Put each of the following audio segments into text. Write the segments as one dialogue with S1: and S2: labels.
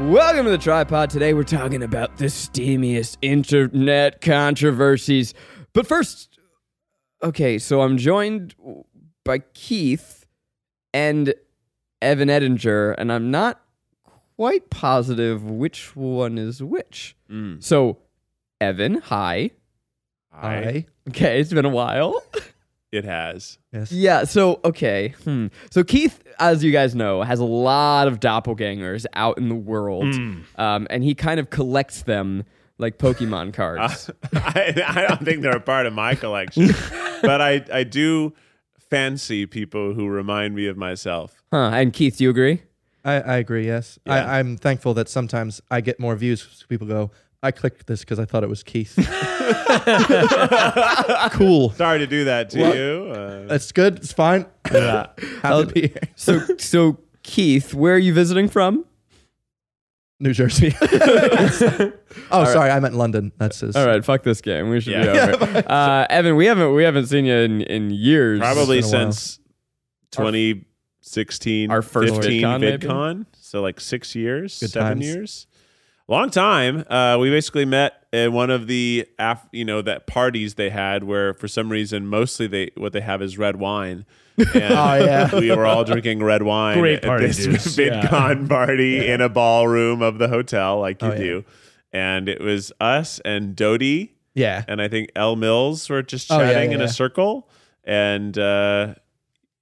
S1: Welcome to the tripod. Today we're talking about the steamiest internet controversies. But first, okay, so I'm joined by Keith and Evan Edinger, and I'm not quite positive which one is which. So, Evan, hi.
S2: I
S1: Okay, it's been a while.
S2: It has.
S1: Yeah, so okay. Hmm. So Keith, as you guys know, has a lot of doppelgangers out in the world.
S2: Hmm.
S1: Um, and he kind of collects them like Pokemon cards.
S2: I, I don't think they're a part of my collection, but I, I do fancy people who remind me of myself.
S1: Huh. And Keith, do you agree?
S3: I, I agree. Yes, I, I'm thankful that sometimes I get more views. 'cause People go, I clicked this because I thought it was Keith. cool.
S2: Sorry to do that to you. Uh,
S3: It's good. It's fine.
S1: uh,
S3: Yeah. Happy to be here.
S1: So so Keith, where are you visiting from?
S3: New Jersey. oh, sorry. I meant London. That's his.
S1: All right, fuck this game. We should be
S2: Yeah.
S1: over. it. Uh, Evan, we haven't we haven't seen you in, in years.
S2: probably
S3: It's been a while.
S2: since 2016,
S1: Our first
S2: 15
S1: VidCon, maybe?
S2: So like six years,
S3: Good
S2: seven
S3: times.
S2: years. Long time. Uh, we basically met at one of the af- you know that parties they had where for some reason mostly they what they have is red wine. And oh
S3: yeah.
S2: we were all drinking red wine
S4: Great
S2: at
S4: party
S2: this
S4: juice, yeah.
S2: VidCon party in a ballroom of the hotel, like you
S3: yeah.
S2: do. And it was us and Dodie
S3: Yeah.
S2: and I think L Mills were just
S3: Oh,
S2: chatting
S3: yeah,
S2: in
S3: yeah,
S2: a
S3: yeah.
S2: circle, and uh,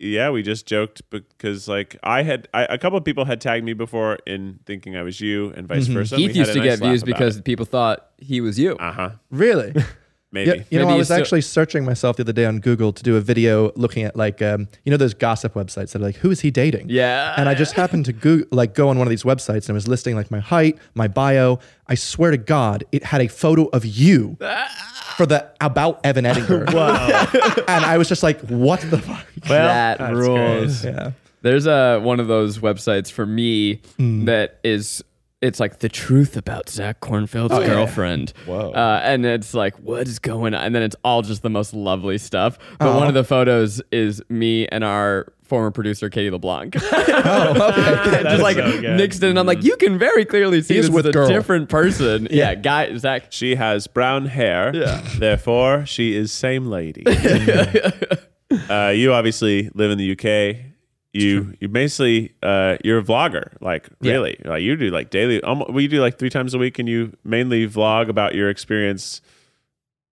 S2: yeah, we just joked because like I had I, a couple of people had tagged me before in thinking I was you, and
S3: Mm-hmm.
S2: vice versa.
S1: Keith used to get views because people thought he was you.
S2: uh huh
S3: Really.
S2: maybe
S3: Yeah, you know,
S1: Maybe
S3: I
S1: you
S3: was
S1: still-
S3: actually searching myself the other day on Google to do a video looking at like, um, you know, those gossip websites that are like, who is he dating?
S1: Yeah.
S3: And I just happened to Google, like go on one of these websites and it was listing like my height, my bio. I swear to God, it had a photo of you for the about Evan Edinger. and I was just like, what the fuck?
S1: that
S4: that's
S1: rules.
S3: Yeah.
S1: There's a one of those websites for me
S3: Hmm.
S1: that is it's like the truth about Zach Cornfield's
S3: Oh,
S1: girlfriend. Whoa. Uh, and it's like, what is going on? And then it's all just the most lovely stuff. But
S3: Uh-huh.
S1: one of the photos is me and our former producer Katie LeBlanc.
S3: Oh, okay.
S1: just like mixed in. I'm like, you can very clearly see
S3: He's
S1: this
S3: with
S1: is a
S3: girl.
S1: different person. yeah. guy Zach.
S2: she has brown hair,
S1: Yeah.
S2: therefore she is same lady. uh, you obviously live in the UK. You you basically uh, you're a vlogger, like really, like you do like daily. Um, well, you do like three times a week, and you mainly vlog about your experience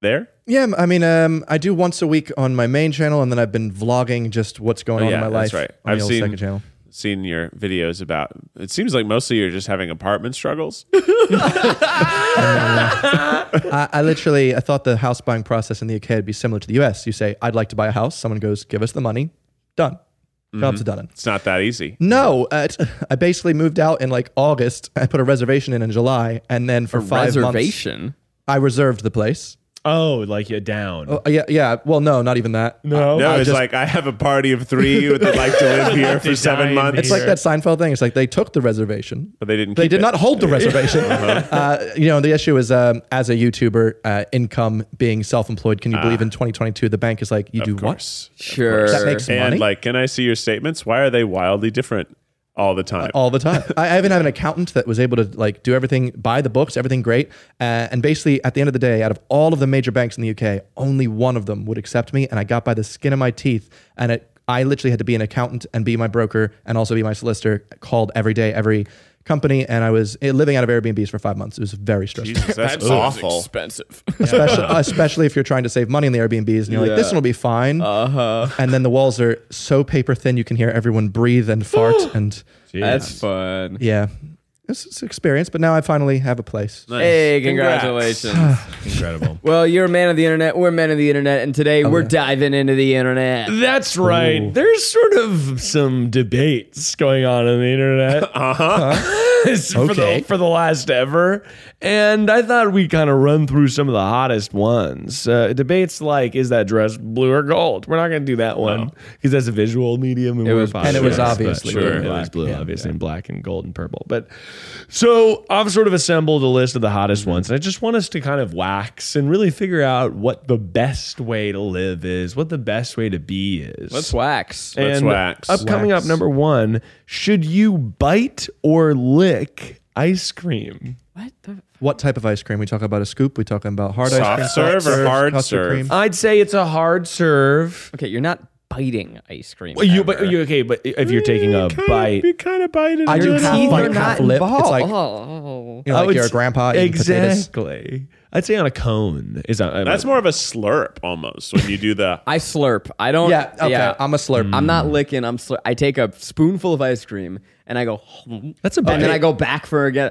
S2: there.
S3: yeah. I mean, um, I do once a week on my main channel and then I've been vlogging just what's going
S2: Oh,
S3: on
S2: yeah,
S3: in my
S2: that's
S3: life
S2: right.
S3: on
S2: I've
S3: the old
S2: seen-
S3: second channel.
S2: Seen your videos about. It seems like mostly you're just having apartment struggles.
S3: I, I literally I thought the house buying process in the UK would be similar to the US. You say, I'd like to buy a house. Someone goes, give us the money. Done. Job's done.
S2: It's not that easy.
S3: No, uh, t- I basically moved out in like August. I put a reservation in in July, and then for five months
S1: Reservation.
S3: I reserved the place.
S4: Oh, like you're down.
S3: Uh, yeah, yeah. Well, no, not even that. Uh,
S4: no.
S2: No,
S3: I
S2: it's
S3: just-
S2: like I have a party of three who would like to live here for
S4: They're
S2: seven
S4: dying
S2: months.
S3: It's like that Seinfeld thing. It's like they took the reservation.
S2: but they didn't.
S3: They
S2: keep
S3: did
S2: it. Uh-huh.
S3: not hold the reservation. uh, you know, the issue is um, as a YouTuber, uh, income being self-employed. Can you believe in 2022 the bank is like you do
S2: Ah. Of
S3: what?
S2: course.
S1: Sure.
S3: That makes
S2: And
S3: money
S2: like, can I see your statements? Why are they wildly different all the time?
S3: all the time. I, I even have an accountant that was able to like do everything, buy the books, everything great. Uh, and basically, at the end of the day, out of all of the major banks in the UK, only one of them would accept me, and I got by the skin of my teeth. And it, I literally had to be an accountant and be my broker and also be my solicitor. Called every day, every company, and I was eh, living out of Airbnbs for five months. It was very stressful.
S2: Jesus, that's
S1: That sounds
S2: awful.
S1: Expensive.
S3: Especially, especially if you're trying to save money in the Airbnbs and you're like, this one will be fine. Uh-huh. And then the walls are so paper thin you can hear everyone breathe and fart. and
S1: That's fun.
S3: yeah, it's, it's experience, but now I finally have a place.
S2: Nice.
S1: Hey,
S2: Congrats.
S1: congratulations.
S4: Incredible.
S1: well, you're a man of the internet. We're men of the internet. And today we're diving into the internet.
S4: That's right. There's sort of some debates going on on the internet. uh huh. for,
S3: Okay.
S4: the, for the last ever. And I thought we'd kind of run through some of the hottest ones. Uh, debates like, is that dress blue or gold? We're not going to do that one because that's a visual medium. And, it
S1: was-
S3: and it was obviously
S2: blue
S4: Sure.
S2: and
S4: It was
S3: black.
S4: blue,
S3: Yeah,
S4: obviously, and black and gold and purple. But so I've sort of assembled a list of the hottest ones. And I just want us to kind of wax and really figure out what the best way to live is, what the best way to be is.
S1: Let's wax.
S2: Let's
S4: And
S2: wax.
S4: Up, coming up,
S3: Wax.
S4: number one: Should you bite or lick ice cream?
S3: What type of ice cream? We talking about a scoop? We talking about hard ice
S2: Soft
S3: cream?
S2: serve or hard serve?
S4: I'd say it's a hard serve.
S1: Okay, you're not biting ice cream.
S4: Well, you, but
S1: ever.
S4: you okay? But if you're taking a bite,
S2: We kind of bite it.
S3: I do
S1: Your
S3: half
S1: teeth
S3: bite,
S1: are
S3: half
S1: not
S3: lip. It's
S1: involved.
S3: like-
S1: oh.
S3: You know,
S4: I
S3: like
S4: would
S3: you're a
S4: s-
S3: grandpa eating potatoes.
S4: exactly. I'd say on a cone is a,
S2: That's more of a slurp almost when you do the.
S1: I slurp. I don't.
S3: Yeah, okay. I'm a slurp.
S1: I'm not licking. I'm slur- I take a spoonful of ice cream and I go.
S4: That's a bite.
S1: And then I go back for again,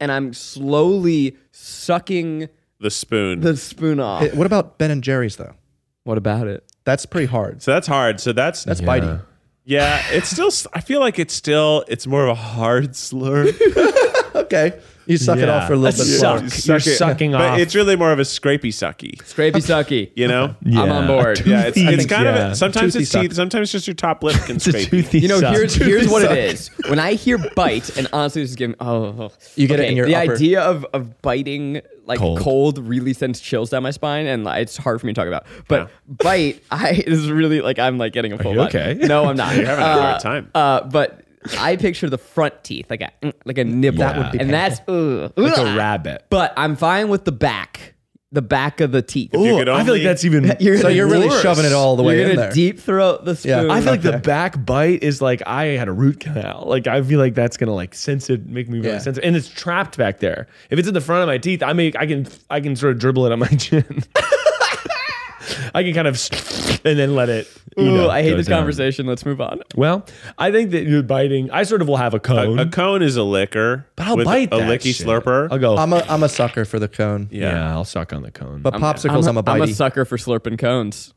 S1: and I'm slowly sucking
S2: the spoon.
S1: the spoon off.
S3: It- what about Ben and Jerry's though?
S1: what about it?
S3: That's pretty hard.
S2: so that's hard. So that's
S3: That's biting.
S2: yeah. It's still. I feel like it's still. It's more of a hard slurp,
S3: Okay, you suck it off for a
S4: Yeah.
S3: little bit.
S4: Suck.
S3: longer.
S4: You're
S2: Suck it.
S4: sucking off.
S2: but it's really more of a scrapey sucky.
S1: Scrapey sucky.
S2: You know.
S1: I'm on board.
S4: A
S2: Yeah, it's,
S4: toothy-
S2: it's kind
S4: yeah.
S2: of sometimes
S3: Toothy
S2: it's
S3: suck.
S2: teeth, sometimes just your top lip can
S4: It's a
S2: scrape. you.
S4: toothy
S1: You know,
S4: suck.
S1: here's here's what it is. When I hear bite, and honestly, this is giving oh,
S3: You get it in your
S1: the
S3: upper-
S1: idea of of biting like
S4: Cold.
S1: cold. really sends chills down my spine, and like, it's hard for me to talk about. But
S2: Yeah.
S1: bite, I this is really like I'm like getting a full
S4: you
S1: body.
S4: okay?
S1: No, I'm not.
S2: You're having a hard time.
S1: Uh, but I picture the front teeth, like a mm, like a nipple,
S4: That would be
S1: and that's ugh,
S4: like a
S1: ugh.
S4: rabbit.
S1: But I'm fine with the back, the back of the teeth.
S2: you
S4: Ooh,
S2: could
S4: I feel like
S2: only-
S4: that's even.
S3: So
S1: gonna
S3: you're really
S1: worse.
S3: shoving it all the way
S1: You're
S3: in
S1: gonna
S3: there.
S1: deep throat the spoon.
S3: Yeah.
S4: I feel like the
S3: Okay.
S4: back bite is like I had a root canal. Like I feel like that's gonna like sense it, make me really
S3: Yeah.
S4: sensitive, and it's trapped back there. If it's in the front of my teeth, I make I can I can sort of dribble it on my chin. I can kind of and then let it. you
S1: Ooh,
S4: know,
S1: I hate
S4: go
S1: this
S4: down.
S1: conversation. Let's move on.
S4: Well, I think that you're biting. I sort of will have a cone,
S2: A cone is a liquor,
S4: but I'll
S2: with
S4: bite
S2: a
S4: that
S2: licky
S4: shit.
S2: slurper.
S4: I'll go.
S3: I'm a I'm a sucker for the cone.
S4: yeah.
S2: yeah.
S4: I'll suck on the cone.
S3: Um, But popsicles, I'm, a bitey.
S1: I'm a sucker for slurping cones.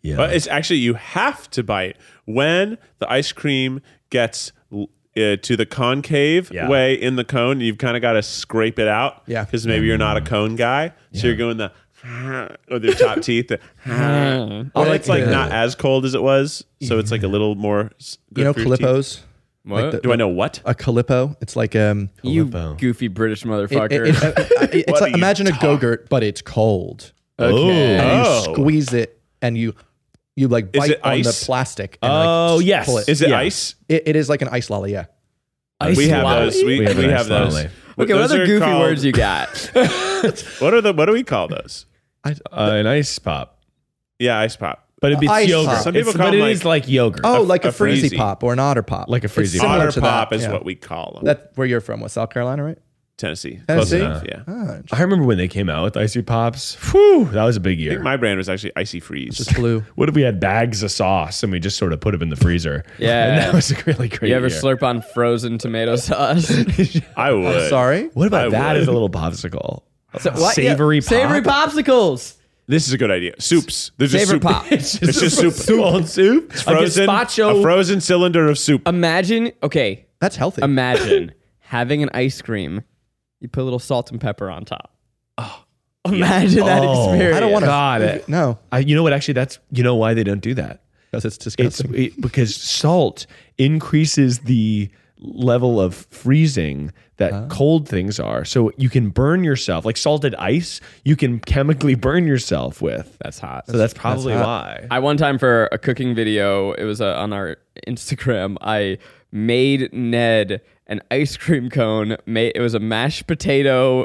S4: yeah,
S2: But it's actually you have to bite when the ice cream gets l- uh, to the concave
S4: Yeah.
S2: way in the cone. You've kind of got to scrape it out,
S3: Yeah.
S2: because maybe you're
S4: Mm.
S2: not a cone guy, so you're going the with your top teeth. The, or it's like not as cold as it was, so it's like a little more. s- Good
S3: you know
S2: for your teeth.
S3: calippos.
S1: What?
S3: the-
S2: Do I know what?
S3: A calippo. It's like um.
S1: you
S4: Filippo.
S1: goofy British motherfucker.
S3: it- it- it- it- it's
S2: What
S3: like
S2: are you
S3: imagine a go-gurt, but it's cold.
S1: okay.
S3: And
S2: Oh.
S3: you squeeze it, and you you like
S2: Is
S3: bite
S2: it
S3: on
S2: ice?
S3: the plastic. And
S4: Oh,
S3: like,
S4: yes.
S3: pull it.
S2: Is it
S4: Yeah.
S2: ice?
S3: It- it is like an ice lolly. Yeah.
S2: we have
S1: lolly?
S2: those. We,
S4: We
S2: we
S4: have
S2: have,
S4: an ice
S2: those.
S4: lolly.
S1: okay, what
S2: Those
S1: other
S2: are
S1: goofy
S2: called-
S1: words you got?
S2: What are the? What do we call those?
S3: I,
S4: uh, an ice pop.
S2: Yeah, ice pop.
S4: But it'd be
S3: Ice
S4: yogurt.
S3: pop.
S2: Some people
S4: It's-
S2: call
S4: but
S2: them
S4: it is like yogurt.
S3: oh, like a,
S2: a
S3: freezy
S2: freezy.
S3: pop or an otter pop.
S4: Like a
S3: It's
S4: freezy pop.
S3: similar
S2: Otter
S3: to
S2: pop
S3: is
S2: is what we call them.
S3: That where you're from, what South Carolina, right?
S2: Tennessee.
S3: Tennessee?
S2: Close enough. Yeah.
S3: Ah,
S4: I remember when they came out with Icy Pops. Whew, that was a big year.
S2: My brand was actually Icy Freeze.
S3: just blue.
S4: What if we had bags of sauce and we just sort of put them in the freezer?
S1: Yeah.
S4: And that was a really great
S1: you ever
S4: year.
S1: slurp on frozen tomato sauce?
S2: I would.
S3: Sorry.
S4: What about
S2: I
S4: that
S2: would.
S4: as a little popsicle?
S1: So, what? Yeah,
S4: Savory pop.
S1: Savory popsicles.
S2: This is a good idea. Soups. There's just
S1: Savory
S2: soup.
S1: pop.
S4: It's
S2: It's just soup.
S4: Old soup.
S2: Frozen.
S4: Like
S2: a
S4: gazpacho.
S2: frozen cylinder of soup.
S1: Imagine, okay,
S3: That's healthy.
S1: imagine having an ice cream. You put a little salt and pepper on top. Oh, imagine that
S4: Oh.
S1: experience.
S3: I don't want to.
S4: Got it.
S3: No,
S4: I, you know what? Actually, that's you know why they don't do that.
S3: because it's
S4: It's
S3: disgusting.
S4: it, because salt increases the level of freezing that cold things are. So you can burn yourself like salted ice. You can chemically burn yourself with.
S1: That's hot.
S4: So that's probably
S3: hot.
S4: why.
S1: I one time for a cooking video, it was uh, on our Instagram. I made Ned an ice cream cone. Made it was a mashed potato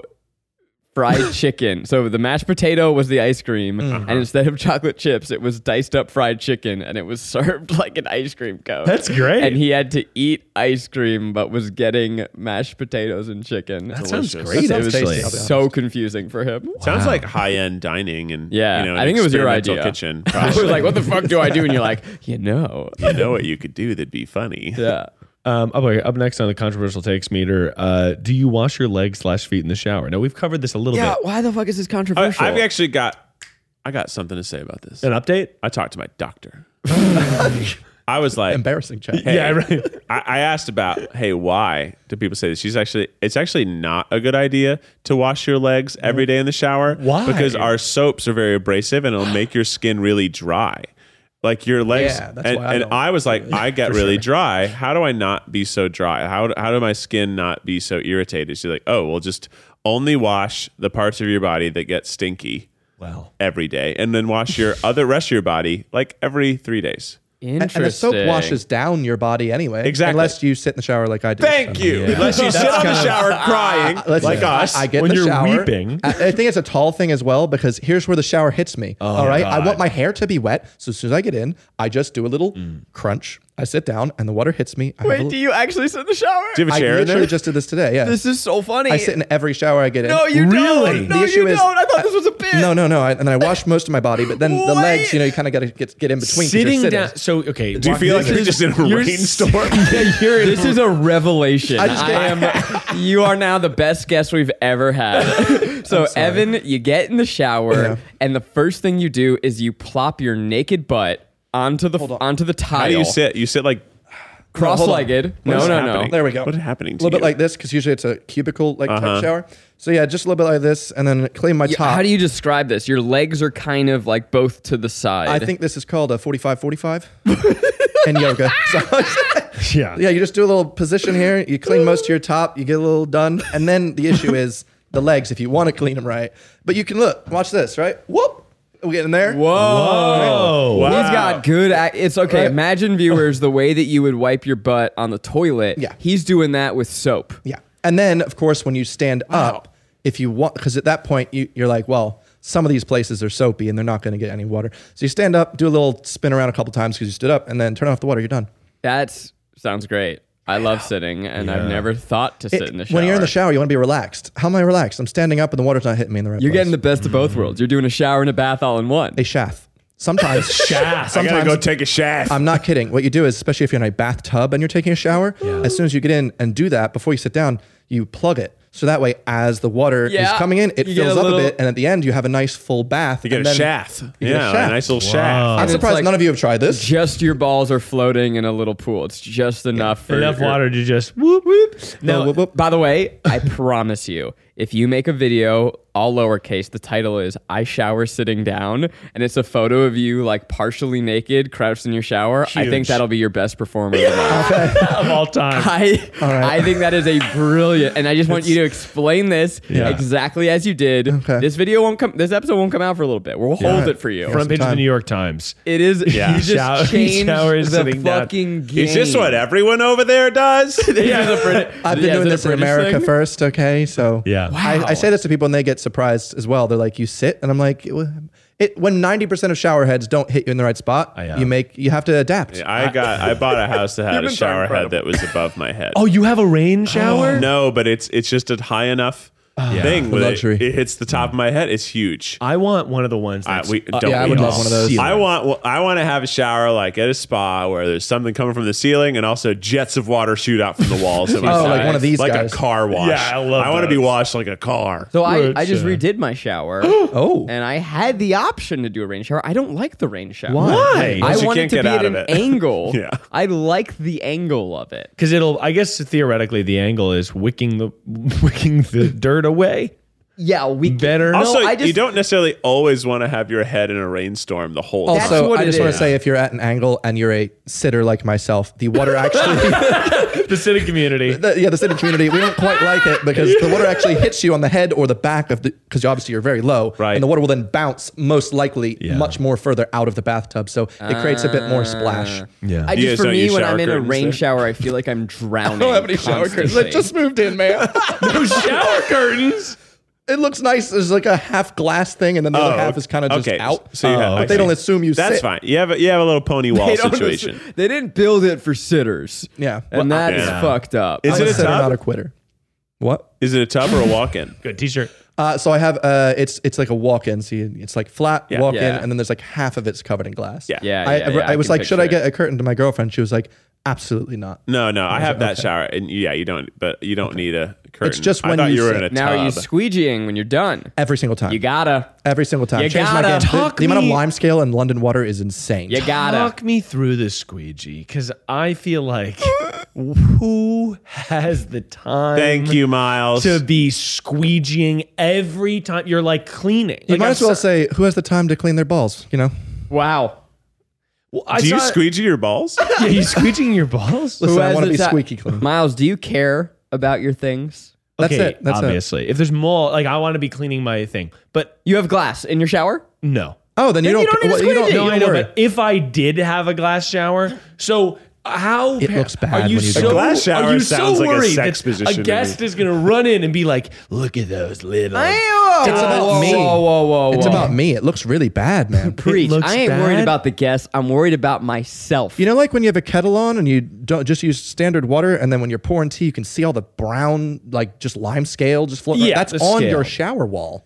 S1: fried chicken. So the mashed potato was the ice cream,
S4: Mm. Uh-huh.
S1: and instead of chocolate chips, it was diced up fried chicken, and it was served like an ice cream cone.
S4: That's great.
S1: And he had to eat ice cream, but was getting mashed potatoes and chicken.
S4: That sounds
S2: Delicious.
S4: great.
S3: That sounds
S4: actually.
S3: tasty.
S1: so confusing for him.
S2: Sounds like high end dining and
S1: Yeah,
S2: You know,
S1: I
S2: an
S1: think it was your
S2: experimental
S1: idea.
S2: Kitchen.
S1: I was
S2: Probably.
S1: like, "What the fuck do I do?" And you're like, "You know,
S2: you know what you could do that'd be funny.
S1: yeah."
S4: Um, up, up next on the controversial takes meter, uh, do you wash your legs slash feet in the shower? Now we've covered this a little
S1: Yeah,
S4: bit.
S1: why the fuck is this
S2: I,
S1: controversial?
S2: I've actually got I got something to say about this.
S4: An update?
S2: I talked to my doctor. I was like,
S3: Embarrassing, Chad.
S2: hey,
S4: Yeah, right.
S2: I, I asked about, hey, why do people say this? She's actually, it's actually not a good idea to wash your legs every day in the shower.
S4: Why?
S2: Because our soaps are very abrasive and it'll make your skin really dry. Like your legs,
S3: Yeah, that's
S2: and,
S3: why I
S2: and
S3: don't
S2: I was like, I get really dry. How do I not be so dry? How do, how do my skin not be so irritated? She's like, oh, well, just only wash the parts of your body that get stinky
S4: Wow.
S2: every day, and then wash your other rest of your body like every three days.
S3: And, and the soap
S1: Interesting.
S3: washes down your body anyway.
S2: Exactly.
S3: Unless you sit in the shower like I do. Um,
S2: Thank you. Unless you sit on the shower
S3: Ah,
S2: crying
S3: Listen,
S2: like us.
S3: I, I get
S4: When
S3: in the
S4: you're
S3: shower.
S4: weeping.
S3: I, I think it's a tall thing as well because here's where the shower hits me.
S2: Oh,
S3: all right, I want my hair to be wet, so as soon as I get in, I just do a little
S2: Mm.
S3: crunch. I sit down, and the water hits me. I have a
S1: Wait,
S3: little-
S1: do you actually sit in the shower?
S2: Do you have
S3: I
S2: a chair in
S3: literally
S2: there?
S3: just did this today. Yeah,
S1: this is so funny.
S3: I sit in every shower I get in.
S1: no, you
S4: Really?
S1: don't. No,
S3: The issue
S1: you
S3: is-
S1: don't. I thought this was a bit.
S3: No, no, no. I, and then I wash most of my body, but then the
S1: Wait.
S3: legs, you know, you kind of got to get get in between. 'cause you're
S4: Sitting down. So okay.
S2: Do you feel like you're just in a
S1: You're
S2: rainstorm?
S1: this is a revelation. I,
S3: just get-
S1: am. You are now the best guest we've ever had. so Evan, you get in the shower, and the first thing you do is you plop your naked butt onto the onto the tile.
S2: How do you sit? You sit like
S1: Cross-legged.
S2: What
S1: No,
S2: is
S1: no, no.
S2: happening?
S3: There we go.
S2: What is happening to
S3: A little bit
S2: you? Uh-huh.
S3: like this because usually it's a cubicle like type shower. So yeah, just a little bit like this, and then clean my
S1: Yeah,
S3: top.
S1: How do you describe this? Your legs are kind of like both to the side.
S3: I think this is called a 45-45 in yoga. So-
S4: Yeah.
S3: Yeah, you just do a little position here. You clean most of your top. You get a little done, and then the issue is the legs. If you want to clean them right, but you can look. Watch this, right? Whoop, we get in there.
S1: Whoa.
S4: Oh.
S2: Wow.
S1: He's got good. Ac- it's okay.
S3: Right.
S1: Imagine viewers the way that you would wipe your butt on the toilet.
S3: Yeah.
S1: He's doing that with soap.
S3: Yeah, and then of course when you stand up, if you want, because at that point you, you're like, well, some of these places are soapy and they're not going to get any water. So you stand up, do a little spin around a couple times because you stood up, and then turn off the water. You're done.
S1: That sounds great. I love sitting, and I've never thought to sit
S3: It-
S1: in the shower.
S3: when you're in the shower, you want to be relaxed. How am I relaxed? I'm standing up and the water's not hitting me in the right.
S1: you're
S3: place.
S1: getting the best of both worlds. You're doing a shower and a bath all in one.
S3: a shaft. Sometimes shaft.
S2: I gotta go take a shaft.
S3: I'm not kidding. What you do is, especially if you're in a bathtub and you're taking a shower, as soon as you get in and do that, before you sit down, you plug it. So that way, as the water
S1: Yeah.
S3: is coming in, it
S1: You get
S3: fills
S1: a
S3: up
S1: little-
S3: a bit. And at the end, you have a nice full bath.
S2: you get
S3: and
S2: a
S3: then-
S2: shaft.
S3: you get a
S2: yeah,
S3: shaft.
S2: a nice little
S3: I'm
S2: shaft.
S1: it's
S3: surprised
S1: like-
S3: none of you have tried this.
S1: Just your balls are floating in a little pool. It's just enough for
S4: Enough
S1: your-
S4: water to just whoop whoop.
S3: No,
S4: Now,
S3: whoop, whoop.
S1: By the way, I promise you, if you make a video, all lowercase, the title is I Shower Sitting Down, and it's a photo of you like partially naked, crouched in your shower, I think
S4: Huge.
S1: that'll be your best performer. of the month.
S4: of all time.
S1: I, I think that is a brilliant, and I just want you to explain this
S4: Yeah.
S1: exactly as you did.
S3: Okay.
S1: This video won't come, this episode won't come out for a little bit. We'll hold it for you.
S4: Front page of the
S3: time.
S4: New York Times.
S1: it is,
S4: Yeah.
S1: you just
S4: Shower-
S1: changed
S4: shower is
S1: the
S4: sitting down.
S1: fucking game.
S2: Is this what everyone over there does?
S1: yeah.
S3: I've been doing this in America first, okay? So
S4: Yeah.
S3: I, I say this to people and they get surprised as well. They're like, "You sit," and I'm like, "It, it- when 90% of shower heads don't hit you in the right spot,
S4: I, uh,
S3: you make you have to adapt."
S2: I got. I bought a house that had a
S1: Humans are
S2: shower head
S1: incredible.
S2: that was above my head.
S4: Oh, you have a rain shower?
S2: no, but it's it's just a high enough thing. where
S3: luxury.
S2: It, it hits the top of my head. It's huge.
S4: I want one of the ones
S2: I,
S4: that's
S2: we, don't
S3: yeah, I
S2: we
S3: would
S2: all?
S3: love one of those.
S4: Ceiling.
S2: I want well, I want to have a shower like at a spa where there's something coming from the ceiling and also jets of water shoot out from the walls. oh,
S3: Oh, like one of these
S2: like
S3: guys.
S2: a car wash.
S4: Yeah, I love
S2: I want to be
S4: those.
S2: washed like a car.
S1: So I,
S4: Right,
S1: I just
S4: sure.
S1: redid my shower.
S3: Oh.
S1: And I had the option to do a rain shower. I don't like the rain shower.
S3: Why?
S4: Why?
S1: I
S2: Because you
S1: want it
S2: can't
S1: to
S2: get
S1: be at
S2: out
S1: an
S2: of it.
S1: angle.
S2: Yeah.
S1: I like the angle of it.
S4: Because it'll, I guess theoretically, the angle is wicking the wicking the dirt away
S1: Yeah, we get-
S4: better.
S2: also,
S1: I just-
S2: you don't necessarily always want to have your head in a rainstorm the whole time.
S3: Also,
S1: what
S3: I
S1: it
S3: just want
S1: is.
S3: to say if you're at an angle and you're a sitter like myself, the water actually,
S4: the city community.
S3: the, yeah, the sitting community, we don't quite like it because the water actually hits you on the head or the back of the, because obviously you're very low.
S2: Right.
S3: And the water will then bounce most likely
S4: Yeah.
S3: much more further out of the bathtub. So it creates a bit
S2: Ah.
S3: more splash.
S4: Yeah.
S1: I
S2: You
S1: just
S2: guys
S1: for
S2: don't
S1: me
S2: use
S1: when
S2: shower
S1: I'm in a
S2: curtains
S1: rain
S2: there?
S1: shower, I feel like I'm drowning. I
S3: It just moved in, man.
S4: no shower curtains.
S3: it looks nice. There's like a half glass thing, and then the other half is kind of just
S2: Oh, okay.
S3: out. Oh,
S2: So you have,
S3: But they don't assume you
S2: That's
S3: sit.
S2: fine. You have a, you have a little pony wall situation.
S1: They didn't build it for sitters.
S3: Yeah.
S1: And that is
S2: yeah.
S1: fucked up.
S2: Is
S3: I'm
S2: it
S3: a
S2: a
S3: sitter, not
S2: tub?
S3: a quitter. What?
S2: Is it a tub or a walk-in?
S4: Good t-shirt.
S3: Uh, so I have uh, it's it's like a walk-in. So you, it's like flat
S2: Yeah.
S3: walk-in,
S1: Yeah.
S3: and then there's like half of it's covered in glass.
S2: Yeah.
S1: yeah,
S3: I,
S1: yeah, yeah,
S3: I was
S1: can
S3: like, should I
S1: picture it.
S3: get a curtain to my girlfriend? She was like, Absolutely not.
S2: No, no, I have that shower, and yeah, you don't. But you don't need a curtain.
S3: just
S2: I
S3: when
S2: thought
S3: you
S2: you were in
S3: sit.
S2: a
S1: Now are you
S2: tub.
S1: squeegeeing when you're done?
S3: Every single time.
S1: You gotta.
S3: Every single time.
S1: You
S3: Changed my
S1: gotta
S3: game. The-
S4: talk
S3: The, amount of
S4: me-
S3: lime scale in London water is insane.
S1: You gotta.
S4: Talk me through this squeegee because I feel like who has the time?
S2: Thank you, Miles.
S4: To be squeegeeing every time you're like cleaning.
S3: you
S4: Like,
S3: might
S4: I'm
S3: as well
S4: so-
S3: say, who has the time to clean their balls? You know?
S1: Wow.
S4: Well, I
S2: Do you
S4: saw-
S2: squeegee your balls?
S4: Yeah, you squeegeeing your balls.
S3: Listen, I
S1: has
S3: want to
S1: the
S3: be
S1: ti-
S3: squeaky clean.
S1: Miles, do you care about your things?
S3: That's
S4: okay,
S3: it. That's it.
S4: obviously. If there's more, like I want to be cleaning my thing, but
S1: You have glass in your shower?
S4: no.
S3: Oh, then, you
S1: Then
S3: don't.
S1: you don't need
S3: well,
S1: to
S3: you don't,
S1: squeegee.
S3: you
S4: No,
S3: don't
S4: I know,
S3: worry.
S4: but if I did have a glass shower, so how
S3: It looks bad
S4: Are you
S3: when you
S4: so,
S3: don't. A
S2: glass
S4: are
S2: shower
S4: you
S2: sounds
S4: so
S2: like a
S4: worried
S2: sex
S4: that
S2: position to
S4: A
S2: me.
S4: guest is gonna run in and be like, "Look at those little."
S1: It's
S3: about
S1: whoa,
S3: me.
S1: Whoa, whoa, whoa,
S3: It's
S1: whoa.
S3: about me. It looks really bad, man.
S1: Preach.
S4: looks
S1: I ain't worried
S4: bad.
S1: about the guests. I'm worried about myself.
S3: You know, like when you have a kettle on and you don't just use standard water, and then when you're pouring tea, you can see all the brown, like just lime scale, just floating.
S4: Yeah,
S3: around. that's
S4: the
S3: on
S4: scale.
S3: your shower wall.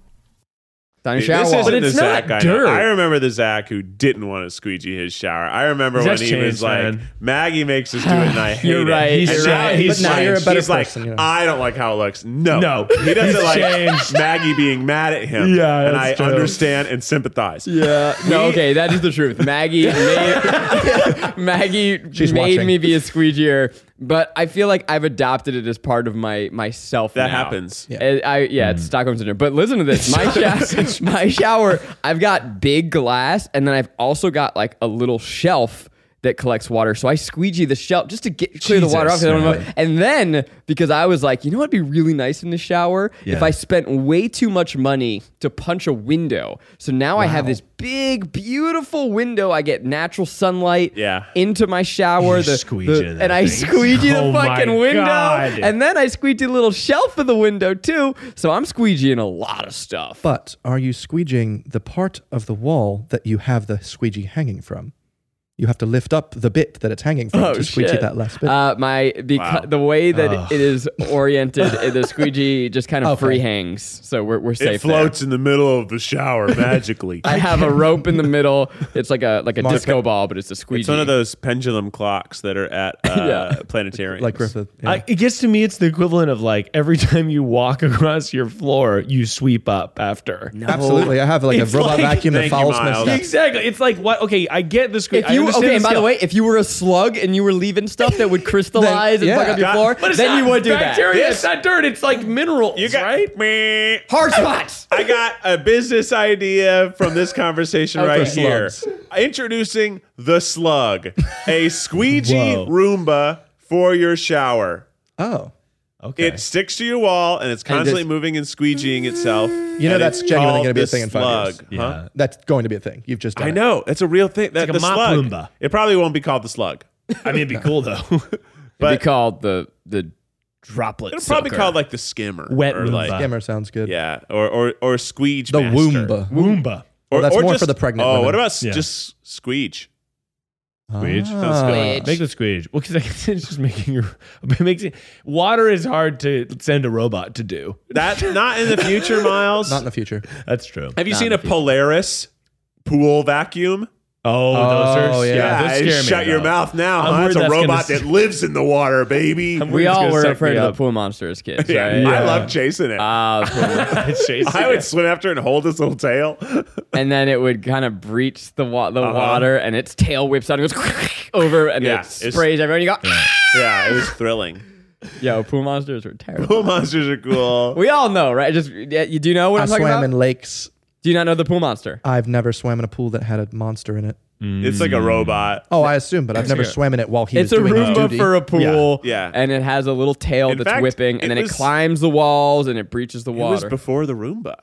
S1: Time to
S2: Dude,
S1: shower.
S2: This
S1: wall.
S2: isn't
S4: But
S2: the
S4: it's
S2: Zach
S4: not
S2: I know.
S4: dirt.
S2: I remember the Zach who didn't want to squeegee his shower. I remember
S4: Zach's
S2: when he was
S4: changed,
S2: like,
S4: man.
S2: Maggie makes us do it, and I hate
S1: You're
S2: it.
S1: right,
S2: And
S1: you're
S2: now
S4: right.
S2: He's
S4: But now
S2: changed.
S3: you're a better
S2: he's like,
S3: person, you know.
S2: I don't like how it looks. No,
S4: No.
S2: he doesn't
S4: He's
S2: like
S4: changed.
S2: Maggie being mad at him.
S4: Yeah,
S2: and I
S4: that's true.
S2: understand and sympathize. Yeah,
S1: no, okay, that is the truth. Maggie made, Maggie
S3: She's
S1: made
S3: watching.
S1: me be a squeegeer, but I feel like I've adopted it as part of my myself.
S2: That
S1: now.
S2: happens. Yeah.
S1: I, I- yeah, it's Stockholm syndrome. But listen to this: my shower, my shower, I've got big glass, and then I've also got like a little shelf. That collects water, so I squeegee the shelf just to get clear the water off.
S4: Jesus,
S1: so I don't
S4: man.
S1: know- And then because I was like, you know what'd be really nice in the shower if
S4: Yeah.
S1: I spent way too much money to punch a window. So now I have this big, beautiful window. I get natural sunlight
S2: Yeah.
S1: into my shower.
S4: You
S1: the,
S4: squeegee
S1: the-
S4: that
S1: and I
S4: thing.
S1: squeegee
S4: Oh
S1: the
S4: my
S1: fucking window.
S4: God.
S1: And then I squeegee the little shelf of the window too. So I'm squeegeeing a lot of stuff.
S3: But are you squeegeeing the part of the wall that you have the squeegee hanging from? You have to lift up the bit that it's hanging from
S1: Oh,
S3: to squeegee
S1: shit.
S3: that last bit.
S1: Uh, my because the way that it is oriented, the squeegee just kind of free hangs, so we're we're safe.
S2: it floats in the middle of the shower magically.
S1: There. I have a rope in the middle. It's like a like a
S3: Mark,
S1: disco ball, but it's a squeegee.
S2: It's one of those pendulum clocks that are at uh, planetariums.
S3: like Griffith. yeah.
S4: I, it gets to me, it's the equivalent of like every time you walk across your floor, you sweep up after.
S3: Absolutely. I have like
S4: It's
S3: a robot
S4: like-
S3: vacuum that
S2: Thank you,
S3: follows my
S2: Miles.
S3: steps.
S4: Exactly. It's like what? Okay, I get the squeegee.
S1: If you okay, and by the way, if you were a slug and you were leaving stuff that would crystallize
S3: yeah.
S1: and fuck up your
S2: God.
S1: floor,
S4: But it's
S1: then
S4: not
S1: you would do
S4: bacteria,
S1: that.
S4: It's not dirt. It's like minerals,
S2: you got
S4: right?
S2: me.
S1: Hard spots.
S2: I got a business idea from this conversation right here. Introducing the slug, a squeegee
S4: Whoa.
S2: Roomba for your shower.
S3: Oh.
S4: Okay.
S2: It sticks to your wall and it's constantly
S1: just-
S2: moving and squeegeeing itself. You
S3: know that's genuinely gonna be a thing in five years.
S2: Slug,
S4: yeah.
S2: huh?
S3: That's going to be a thing. You've just done
S2: I
S3: it.
S2: know it's a real thing. That
S4: like a
S2: the
S4: mop
S2: slug.
S4: Roomba.
S2: It probably won't be called the slug.
S4: I mean, it'd be cool though.
S1: It'd be called the the droplet.
S2: It'll probably be
S1: sucker.
S2: called like the skimmer,
S4: Wet
S2: or like
S4: Roomba.
S3: Skimmer sounds good.
S2: yeah, or or or squeege.
S3: The
S2: master.
S3: Woomba.
S4: Woomba.
S2: Or,
S3: Well, that's
S2: or
S3: more for
S2: just-
S3: the pregnant
S2: Oh,
S3: women.
S2: what about s-
S4: Yeah.
S2: just squeege?
S4: Squeege.
S3: Ah.
S1: Squeege.
S4: Make the squeege. Well, because it's just making your it makes it, water is hard to send a robot to do.
S2: That's not in the future, Miles.
S3: Not in the future.
S4: That's true.
S2: Have you seen a Polaris pool vacuum?
S4: Oh, those
S3: Oh,
S4: are
S3: yeah.
S4: those scare me,
S2: shut your
S4: though.
S2: mouth now.
S4: I'm
S2: Huh?
S4: worried
S2: It's a
S4: that's gonna
S2: robot
S4: s-
S2: that lives in the water, baby.
S1: We
S4: It's
S1: all
S4: gonna
S1: were
S4: suck
S1: afraid
S4: me
S1: of the
S4: up.
S1: pool monster as kids,
S2: Yeah,
S1: right?
S2: I love chasing it.
S1: Ah, pool mon-
S4: It's Uh, chasing
S2: I
S4: it.
S2: would swim after it and hold its little tail.
S1: and then it would kind of breach the wa- the water, and its tail whips out and goes over, and
S2: Yeah,
S1: it
S2: it's-
S1: sprays everyone. You go.
S2: yeah, it was thrilling.
S1: Yo, pool monsters are terrible.
S2: Pool monsters are cool.
S1: We all know, right? Just yeah, you do you know what
S3: I
S1: I'm talking
S3: swam
S1: about?
S3: in lakes.
S1: do you not know the pool monster?
S3: I've never swam in a pool that had a monster in it.
S2: It's like
S4: Mm.
S2: a robot.
S3: Oh, I assume, but I've never swam in it while he
S1: It's a
S3: was doing his
S1: Roomba
S3: duty.
S1: for a pool,
S2: Yeah. Yeah.
S1: and it has a little tail
S2: In
S1: that's
S2: fact,
S1: whipping, and
S2: it
S1: then it
S2: was-
S1: climbs the walls and it breaches the
S2: It was
S1: water.
S2: before the Roomba.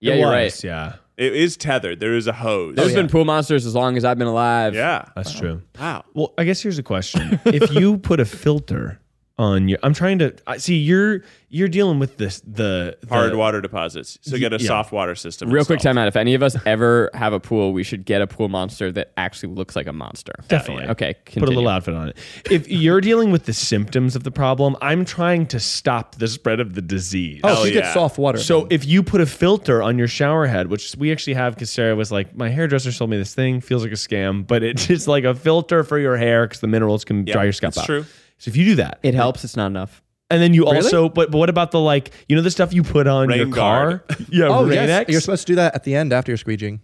S1: yeah,
S4: It
S1: you're
S4: was,
S1: right.
S4: Yeah,
S2: It is tethered. There is a hose.
S1: There's been pool monsters as long as I've been alive.
S2: Oh, yeah.
S4: that's true.
S1: Uh-huh.
S2: Wow.
S4: Well, I guess here's a question: If you put a filter on your, I'm trying to I, see you're you're dealing with this the, the
S2: Hard water deposits. So get a
S4: yeah.
S2: soft water system.
S1: Real quick
S2: installed.
S1: time out. If any of us ever have a pool, we should get a pool monster that actually looks like a monster.
S4: Definitely.
S2: Oh,
S1: Okay. Continue.
S4: Put a little outfit on it. If you're dealing with the symptoms of the problem, I'm trying to stop the spread of the disease.
S3: Oh,
S2: Hell
S3: she
S2: yeah.
S3: gets soft water.
S4: So if you put a filter on your shower head, which we actually have because Sarah was like, my hairdresser sold me this thing, feels like a scam, but it's just like a filter for your hair because the minerals can dry your scalp
S2: that's
S4: out.
S2: true.
S4: So if you do that,
S1: It helps. It's not enough.
S4: and then you also, but, but what about the like, you know, the stuff you put on
S2: Rain
S4: your car?
S2: guard.
S4: Yeah,
S3: oh
S4: Rain
S3: yes,
S4: X?
S3: you're supposed to do that at the end after you're squeegeeing.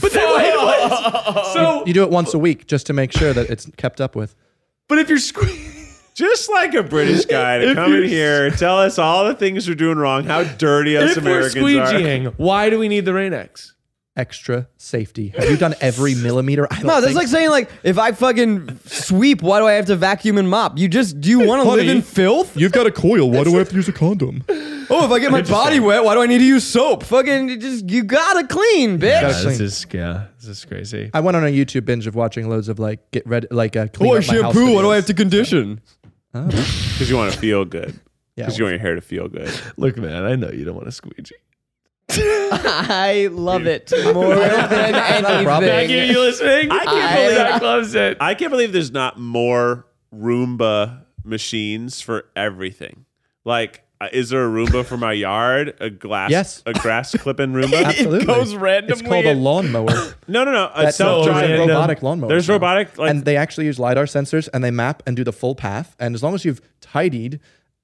S4: But then wait, what? So,
S3: You do it once a week just to make sure that it's kept up with.
S4: but if you're squeezing.
S2: Just like a British guy to
S4: If
S2: come in
S4: you're-
S2: here, tell us all the things we're doing wrong, how dirty us
S4: If we're
S2: Americans are.
S4: squeegeeing, why do we need the Rain X?
S3: extra safety. Have you done every millimeter? I don't
S1: No, Oh, that's
S3: think
S1: like saying like if I fucking sweep, why do I have to vacuum and mop? You just do you want to live in filth?
S3: You've got a coil. Why do I have to use a condom?
S1: Oh, if I get my body wet, why do I need to use soap? Fucking you just you gotta clean, bitch.
S4: Yeah,
S3: Actually-
S4: this is yeah, this is crazy.
S3: I went on a YouTube binge of watching loads of like get red like uh, clean
S1: Boy,
S3: up my house
S1: shampoo, why do Oh, I
S3: videos.
S1: have to condition?
S2: Because you want to feel good.
S3: Yeah,
S2: Because you want your hair to feel good.
S4: Look, man, I know you don't want to squeegee.
S1: I love it more than
S3: problem.
S1: anything.
S4: you listening? I
S1: I-
S4: can't believe that loves it.
S2: I can't believe there's not more Roomba machines for everything. Like, uh, is there a Roomba for my yard? A glass,
S3: Yes.
S2: a grass clipping Roomba?
S3: Absolutely.
S1: goes
S3: It's
S1: randomly
S3: called a
S1: in-
S3: lawnmower.
S2: no, no, no. A
S3: That's
S2: self
S3: so
S2: driving
S4: random.
S3: robotic lawnmower.
S2: um, There's
S3: now.
S2: robotic, like-
S3: and they actually use lidar sensors and they map and do the full path. And as long as you've tidied,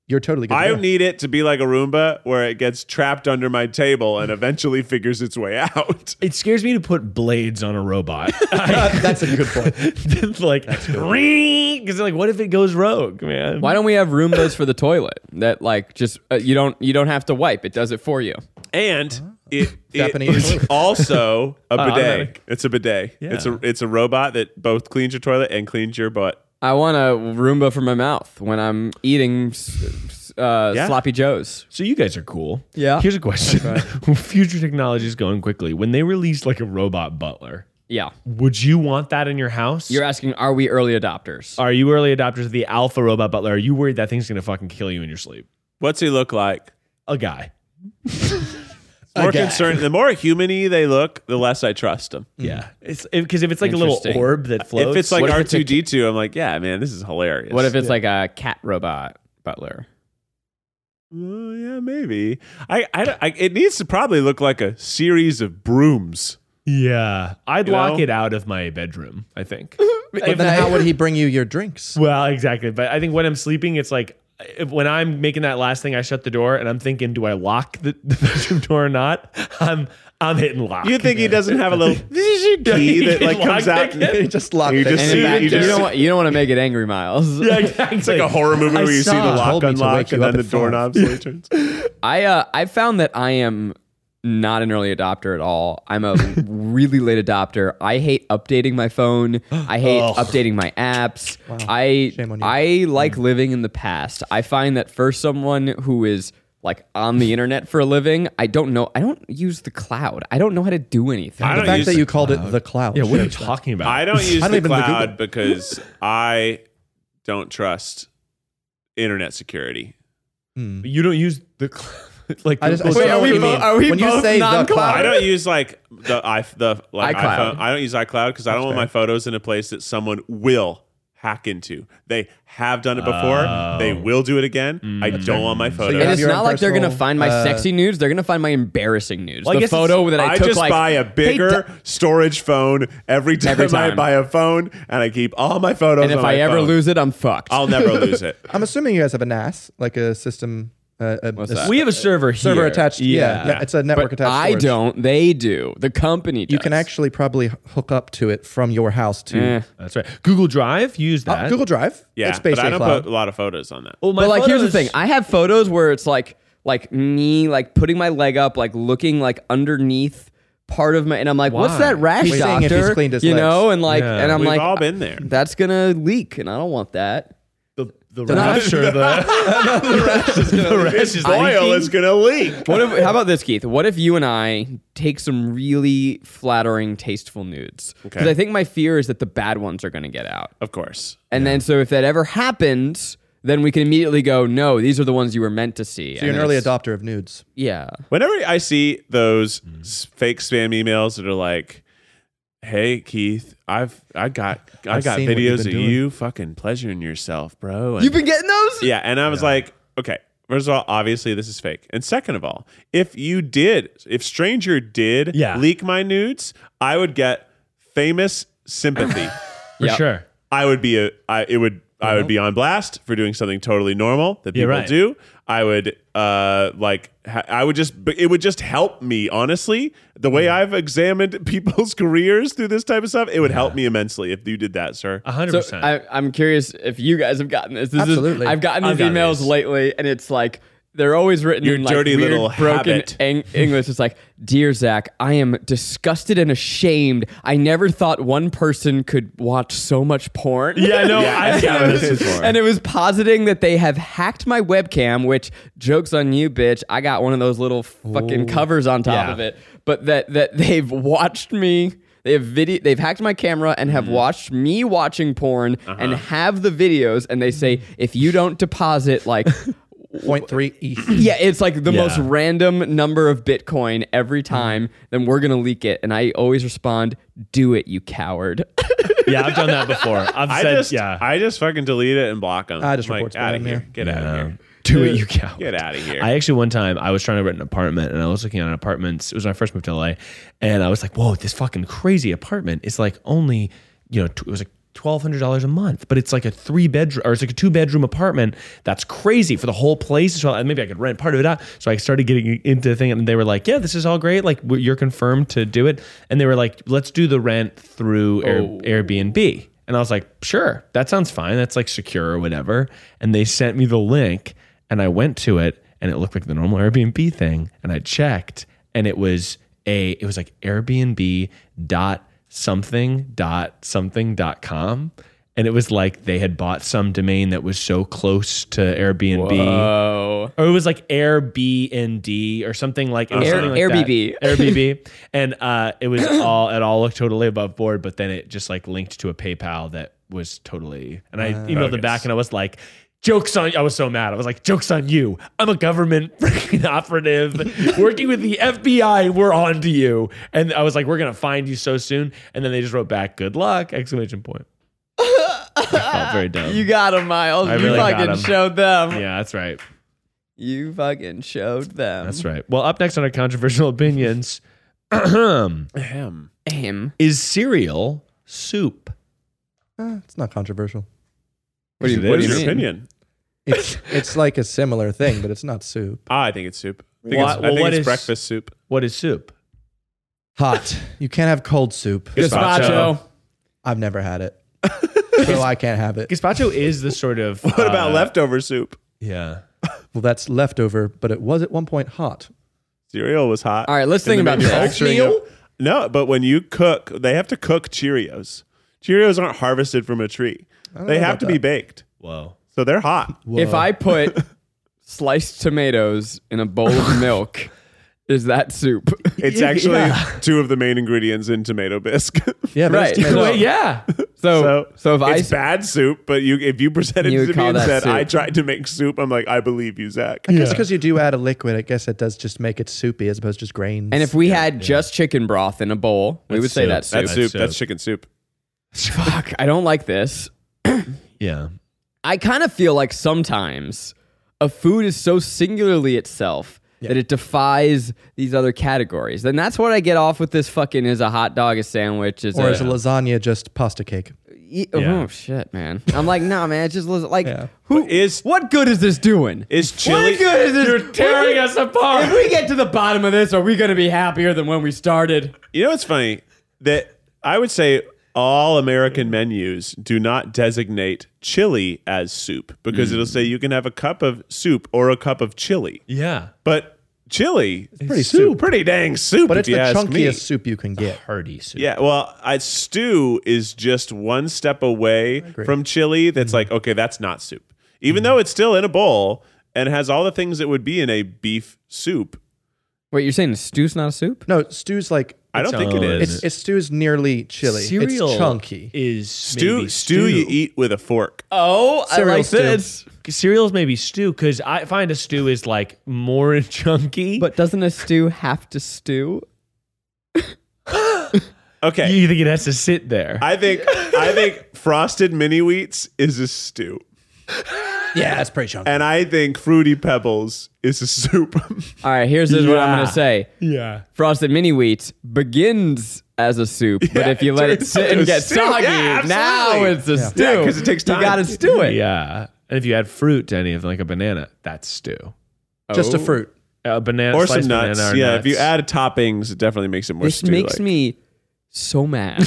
S3: you're totally good. to
S2: I
S3: go.
S2: need it to be like a Roomba where it gets trapped under my table and eventually figures its way out.
S4: It scares me to put blades on a robot.
S3: That's a good point.
S4: It's like, because like, what if it goes rogue, man?
S1: Why don't we have Roombas for the toilet that like just uh, you don't you don't have to wipe it does it for you.
S2: And it, it
S3: Oh. Japanese
S2: is
S3: toilet.
S2: also a bidet.
S4: automatic.
S2: It's a bidet. It's a it's a robot that both cleans your toilet and cleans your butt.
S1: I want a Roomba for my mouth when I'm eating s- uh,
S2: Yeah.
S1: sloppy joes.
S4: So you guys are cool.
S1: Yeah.
S4: Here's a question: Future technology is going quickly. When they release like a robot butler,
S1: Yeah.
S4: would you want that in your house?
S1: You're asking, are we early adopters?
S4: Are you early adopters of the alpha robot butler? Are you worried that thing's gonna fucking kill you in your sleep?
S2: What's he look like?
S4: A guy.
S2: More concerned. The more humany they look, the less I trust them.
S4: Yeah. It's because if it's like a little
S1: Interesting.
S4: orb that floats,
S2: Mm-hmm. If it's like
S1: What if
S2: R
S1: it's a-
S2: two D two, I'm like, yeah, man, this is hilarious.
S1: what if it's like a cat robot butler?
S2: Oh, yeah, maybe. I, I, don't- I- it needs to probably look like a series of brooms.
S4: Yeah, I'd
S2: You
S4: lock
S2: know?
S4: it out of my bedroom. I think.
S3: But then how would he bring you your drinks?
S4: well, exactly. But I think when I'm sleeping, it's like if, when I'm making that last thing, I shut the door and I'm thinking, do I lock the, the bedroom door or not? I'm I'm hitting lock.
S2: You think he doesn't have a little key that like comes out?
S3: He just locked
S2: You
S3: it.
S2: just
S1: And
S2: See,
S1: in fact,
S2: you
S1: you,
S2: just-
S1: don't want, you don't want to make it angry, Miles.
S4: Yeah, exactly.
S2: It's like a horror movie
S4: I
S2: where you see the
S4: saw-
S2: lock
S3: Told me to
S2: unlock
S3: wake you
S2: and
S3: up
S2: then the
S3: at five.
S2: doorknob slowly turns.
S1: I uh, I found that I am not an early adopter at all. I'm a really late adopter. I hate updating my phone. I hate updating my apps. I
S3: Shame on you.
S1: I like living in the past. I find that for someone who is like on the internet for a living, I don't know. I don't use the cloud. I don't know how to do anything.
S2: I
S3: The
S2: don't
S3: fact
S2: use
S3: that
S2: the
S3: you called it the cloud.
S4: Yeah, what are you
S3: shows that.
S4: talking about?
S2: I don't use
S3: I don't
S2: the
S3: even look
S2: cloud
S3: Google.
S2: because I don't trust internet security.
S4: You don't use the like.
S3: I just- I
S4: Google-
S3: saw- Wait, are we bo- are we When you both say the non-cloud? cloud-
S2: I don't use like the i the like
S1: iCloud.
S2: iPhone. I don't use iCloud because I don't want my photos in a place that someone will hack into. They have done it before. They
S1: Oh.
S2: will do it again.
S1: Mm,
S2: I don't want my photos.
S3: you
S1: And
S3: have
S1: it's
S3: your
S1: not
S3: own
S1: like they're gonna
S3: personal,
S1: find my
S3: uh,
S1: sexy nudes. They're gonna find my embarrassing nudes.
S4: Well, I
S1: the
S4: guess it's-
S1: photo that I,
S2: I
S1: took.
S2: just
S1: like,
S2: buy a
S1: hey,
S2: bigger
S1: da-
S2: storage phone every time,
S1: Every
S2: I
S1: time.
S2: buy a phone, and I keep all my photos.
S1: and if
S2: on
S1: I
S2: my
S1: ever
S2: phone.
S1: lose it, I'm fucked.
S2: I'll never lose it.
S3: I'm assuming you guys have a NAS, like a system Uh, a, a
S1: that?
S3: s-
S4: We have a server here.
S3: server attached. Yeah. yeah, it's a network
S1: But
S3: attached.
S1: I
S3: storage.
S1: don't. They do. The company does.
S3: You can actually probably hook up to it from your house to
S1: Eh.
S4: That's right. Google Drive, use
S3: Uh,
S4: that.
S3: Google Drive.
S2: Yeah,
S3: it's basically
S2: but I don't
S3: cloud.
S2: put a lot of photos on that.
S4: Well, my
S1: But like, here's the
S4: photos-
S1: thing. I have photos where it's like, like me, like putting my leg up, like looking like underneath part of my, and I'm like, what's that
S4: Why?
S1: rash,
S3: We're seeing
S1: doctor?
S3: if he's cleaned his
S1: you
S3: legs.
S1: know, and like,
S4: Yeah.
S1: and I'm
S2: We've
S1: like, "Ah,
S2: all been there.
S1: that's gonna leak, and I don't want that.
S4: the the rash or the the rash is
S2: Oil is gonna leak.
S1: What if? How about this, Keith? What if you and I take some really flattering, tasteful nudes? Because
S2: Okay.
S1: I think my fear is that the bad ones are gonna get out,
S2: Of course.
S1: and then so if that ever happens. Then we can immediately go. No, these are the ones you were meant to see.
S3: So you're an early adopter of nudes.
S1: Yeah,
S2: Whenever I see those s fake spam emails that are like, "Hey Keith, I've I got I
S3: I've
S2: got
S3: seen what you've
S2: videos of
S3: been doing."
S2: you fucking pleasuring yourself, bro." And-
S1: you've been getting those.
S2: yeah, and I was like, okay. First of all, obviously this is fake, and second of all, if you did, if Stranger did
S4: Yeah.
S2: leak my nudes, I would get famous sympathy.
S4: for
S1: Yep.
S4: sure.
S2: I would be a I it would I would be on blast for doing something totally normal that
S4: Yeah,
S2: people
S4: Uh-huh. right.
S2: do. I would uh like ha- I would just but it would just help me honestly. The
S4: Hmm.
S2: way I've examined people's careers through this type of stuff, it would help me immensely if you did that, sir.
S4: A hundred
S1: So
S4: percent.
S1: I, I'm curious if you guys have gotten this. this
S3: Absolutely.
S1: Is, I've gotten these
S4: I've gotten
S1: emails
S4: these.
S1: lately, and it's like they're always written
S2: Your
S1: in like
S2: dirty
S1: weird,
S2: little
S1: broken
S2: habit.
S1: eng- English. It's like, dear Zach, I am disgusted and ashamed. I never thought one person could watch so much porn.
S4: Yeah, no,
S2: Yeah,
S4: I
S2: that's
S4: yeah,
S2: how it
S4: this
S2: is.
S4: is more.
S1: And it was positing that they have hacked my webcam, which jokes on you, bitch. I got one of those little fucking covers on top
S4: Yeah.
S1: of it. But that that they've watched me. They have video. They've hacked my camera and
S4: Mm-hmm.
S1: have watched me watching porn and
S4: Uh-huh.
S1: have the videos. And they say if you don't deposit like.
S3: Point three E. ETH.
S1: Yeah, it's like the most
S4: Yeah. Mm-hmm.
S1: random number of Bitcoin every time. Then we're gonna leak it, and I always respond, "Do it, you coward."
S4: yeah, I've done that before. I've
S2: I
S4: said
S2: just
S4: yeah.
S2: I just fucking delete it and block them.
S3: I just
S2: like,
S3: report spam
S2: out of
S3: in
S2: here.
S3: there.
S2: Get out of here.
S4: Do it, you coward.
S2: Get out of here.
S4: I actually one time I was trying to rent an apartment and I was looking at apartments. It was when I first moved to LA, and I was like, "Whoa, this fucking crazy apartment is like only, you know, tw- it was like." Twelve hundred dollars a month, but it's like a three bedroom or it's like a two bedroom apartment. That's crazy for the whole place. So I- maybe I could rent part of it out. So I started getting into the thing, and they were like, "Yeah, this is all great. Like w- you're confirmed to do it." And they were like, "Let's do the rent through Air- Airbnb." And I was like, "Sure, that sounds fine. That's like secure or whatever." And they sent me the link, and I went to it and it looked like the normal Airbnb thing and I checked and it was a it was like Airbnb dot something dot something dot com and it was like they had bought some domain that was so close to Airbnb
S1: oh,
S4: or it was like Airbnb or something like, it was
S1: Air-
S4: something like
S1: Airbnb.
S4: that. Airbnb, and uh, it was all it all looked totally above board, but then it just like linked to a PayPal that was totally, and I emailed them back, and I was like. Jokes on! I was so mad. I was like, "Jokes on you! I'm a government freaking operative working with the FBI. We're on to you." And I was like, "We're gonna find you so soon." And then they just wrote back, "Good luck!" Exclamation point. I felt very dumb.
S1: you got him, Miles.
S4: I
S1: you
S4: really got
S1: fucking
S4: 'em.
S1: showed them.
S4: yeah, that's right.
S1: You fucking showed them.
S4: That's right. Well, up next on our controversial opinions
S2: Ahem.
S1: Him.
S4: is cereal soup.
S3: Uh, it's not controversial.
S1: What do you,
S2: What is your opinion?
S3: It's it's like a similar thing, but it's not soup.
S2: Ah, I think it's soup. I think
S4: Why-
S2: it's, I
S4: well,
S2: think
S4: what
S2: it's
S4: is-
S2: breakfast soup.
S4: What is soup?
S3: Hot. You can't have cold soup.
S1: Gazpacho.
S3: I've never had it, so I can't have it.
S4: Gazpacho is the sort of uh,
S2: What about leftover soup?
S4: Yeah,
S3: Well, that's leftover, but it was at one point hot.
S2: Cereal was hot.
S1: All right, let's
S2: In
S1: think
S2: the
S1: about this.
S2: manufacturing
S1: Oatmeal?
S2: of- no, but when you cook, they have to cook Cheerios. Cheerios aren't harvested from a tree. They
S3: know
S2: have
S3: about
S2: to be baked.
S4: whoa.
S2: So they're hot.
S1: If I put sliced tomatoes in a bowl of milk, is that soup?
S2: It's actually two of the main ingredients in tomato bisque.
S3: Yeah, but
S1: Right.
S3: it's tomato-
S1: No.
S4: Wait, yeah,
S1: So, so,
S2: so,
S1: if I
S2: it's bad soup, but you if you presented
S1: You
S2: it
S1: would
S2: to me
S1: call
S2: and
S1: that
S2: said,
S1: soup.
S2: I tried to make soup, I'm like, I believe you, Zach.
S3: I guess because you do add a liquid, I guess it does just make it soupy as opposed to just grains.
S1: and if we had just chicken broth in a bowl, we
S4: That's
S1: would say
S4: soup.
S1: that's soup.
S2: That's soup.
S4: soup.
S2: That's chicken soup.
S1: Fuck, I don't like this.
S4: yeah.
S1: I kind of feel like sometimes a food is so singularly itself that it defies these other categories. Then that's what I get off with this fucking is a hot dog a sandwich is
S3: or
S1: a,
S3: is a lasagna just pasta cake?
S1: e-
S4: Yeah.
S1: oh shit, man. I'm like, nah, man. It's just listen- like
S3: Yeah.
S1: who
S2: Is-
S1: what good is this doing?
S2: Is chili?
S1: What good is this?
S4: You're tearing
S1: If we-
S4: us apart.
S1: If we get to the bottom of this, are we gonna be happier than when we started?
S2: You know what's funny? That I would say all American menus do not designate chili as soup because it'll say you can have a cup of soup or a cup of chili.
S4: Yeah.
S2: But chili it's
S3: pretty soup.
S2: Pretty dang soup.
S3: But
S2: if
S3: it's the
S2: you ask
S3: chunkiest
S2: me.
S3: soup you can get.
S4: Hearty soup.
S2: Yeah, well, I, stew is just one step away from chili.
S3: Mm-hmm.
S2: That's like, okay, that's not soup, even though it's still in a bowl and has all the things that would be in a beef soup.
S1: Wait, you're saying the stew's not a soup?
S3: No, stew's like
S2: I don't think it
S4: own.
S2: is.
S3: it's, it's stew's nearly chili.
S4: Cereal
S3: It's chunky.
S4: is
S2: stew,
S4: maybe
S2: stew, you eat with a fork.
S1: Oh,
S3: Cereal stew.
S4: Cereals maybe stew because I find a stew is like more chunky.
S1: But doesn't a stew have to stew?
S2: Okay,
S4: you think it has to sit there?
S2: I think I think frosted mini wheats is a stew,
S3: Yeah, it's pretty chunky.
S2: and I think fruity pebbles is a soup.
S1: All right, here's here's what I'm
S4: Yeah.
S1: gonna say.
S4: yeah.
S1: Frosted mini wheat begins as a soup, but if you let it
S2: turns
S1: sit
S2: into
S1: and
S2: a
S1: get
S2: stew.
S1: soggy,
S2: Yeah,
S1: now
S2: absolutely.
S1: it's a stew.
S2: Yeah, 'cause it takes time.
S1: You gotta stew it.
S4: Yeah. And if you add fruit to any of like a banana, that's stew.
S3: Just a
S2: Oh.
S3: fruit.
S4: A banana
S2: or some
S4: sliced
S2: nuts.
S4: banana or
S2: Yeah, if you
S4: nuts.
S2: add toppings, it definitely makes it more.
S1: This makes
S2: stew-like.
S1: me so mad.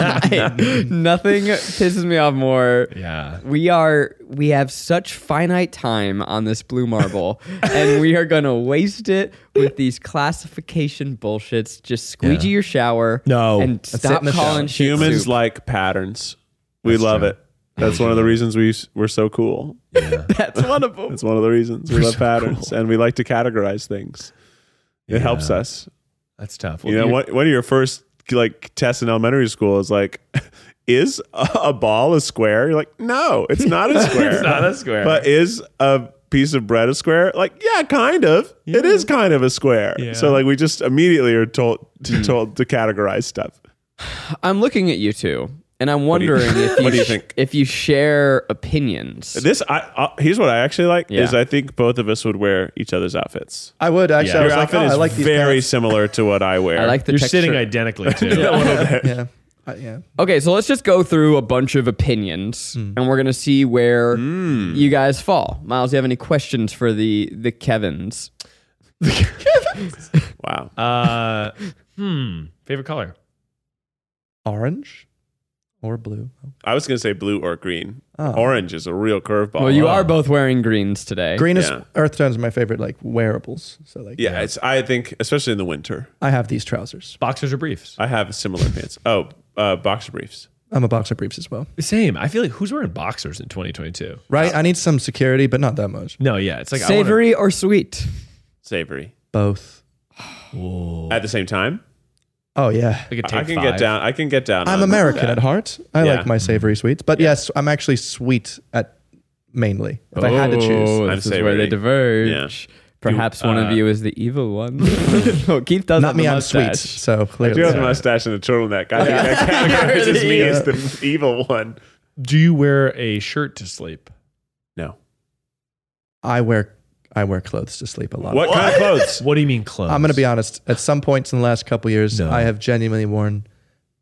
S1: I- nothing pisses me off more.
S4: Yeah.
S1: We are we have such finite time on this blue marble and we are going to waste it with these classification bullshits. Just squeegee your shower
S4: No.
S1: and
S4: That's
S3: it
S1: stop
S3: in the
S1: calling
S3: shower.
S1: shit
S2: Humans
S1: soup.
S2: like patterns. We love
S4: true.
S2: it. That's one of the reasons we s- we're so cool.
S1: That's one of them.
S2: That's one of the reasons we love patterns, and we like to categorize things. It helps us.
S4: That's tough.
S2: You know, what, one of your first like tests in elementary school is like, is a a ball a square? You're like, no, it's not a square.
S4: It's not a square.
S2: But is a piece of bread a square? Like, yeah, kind of. It is kind of a square.
S4: Yeah.
S2: So like, we just immediately are told told to categorize stuff.
S1: I'm looking at you two and I'm
S2: do you-
S1: wondering if you,
S2: what do you
S1: sh-
S2: think?
S1: if you share opinions.
S2: This I uh, here's what I actually like
S1: Yeah.
S2: is I think both of us would wear each other's outfits.
S3: I would actually.
S4: Yeah.
S3: I
S2: Your
S3: was like,
S2: outfit
S3: oh,
S2: is
S3: I like these
S2: very
S3: pants.
S2: similar to what I wear.
S1: I like the
S4: You're
S1: texture.
S4: sitting identically too.
S3: Yeah. I- yeah.
S1: Okay, so let's just go through a bunch of opinions,
S3: Hmm.
S1: and we're gonna see where
S2: Hmm.
S1: you guys fall. Miles, do you have any questions for the the Kevin's?
S2: wow.
S4: Uh, hmm. Favorite color?
S3: Orange or blue.
S2: I was gonna say blue or green.
S3: Oh.
S2: Orange is a real curveball.
S1: well, you are both wearing greens today.
S3: Green is
S2: Yeah.
S3: earthstones are my favorite like wearables. So like
S2: Yeah, it's. I think especially in the winter,
S3: I have these trousers.
S4: Boxers or briefs?
S2: I have similar pants. Oh, uh, boxer briefs.
S3: I'm a boxer briefs as well.
S4: Same. I feel like who's wearing boxers in 2022?
S3: Right? I need some security, but not that much.
S4: No, yeah, it's like
S1: Savory or sweet?
S2: Savory.
S3: Both.
S2: At the same time,
S3: Oh yeah.
S4: I want
S2: I can get down. I can get down.
S3: I'm
S2: on
S3: American
S2: that.
S3: at heart. I
S2: Yeah.
S3: like my savory sweets, but yes, I'm actually sweet at mainly. If I had to
S1: Oh,
S3: choose,
S2: I'm
S1: this is where
S2: savory. uh,
S1: they diverge. Perhaps one of you is the evil one. no, Keith does.
S3: not
S1: have
S3: me.
S1: the
S3: I'm sweet.
S1: mustache.
S3: So
S2: I do have the
S3: clearly,
S2: mustache and the turtleneck. I think that categorizes me as the evil one.
S4: Do you wear a shirt to sleep?
S2: No.
S3: I wear I wear clothes to sleep a lot.
S2: What, kind of clothes?
S4: What do you mean clothes?
S3: I'm going to be honest. At some points in the last couple years,
S4: No.
S3: I have genuinely worn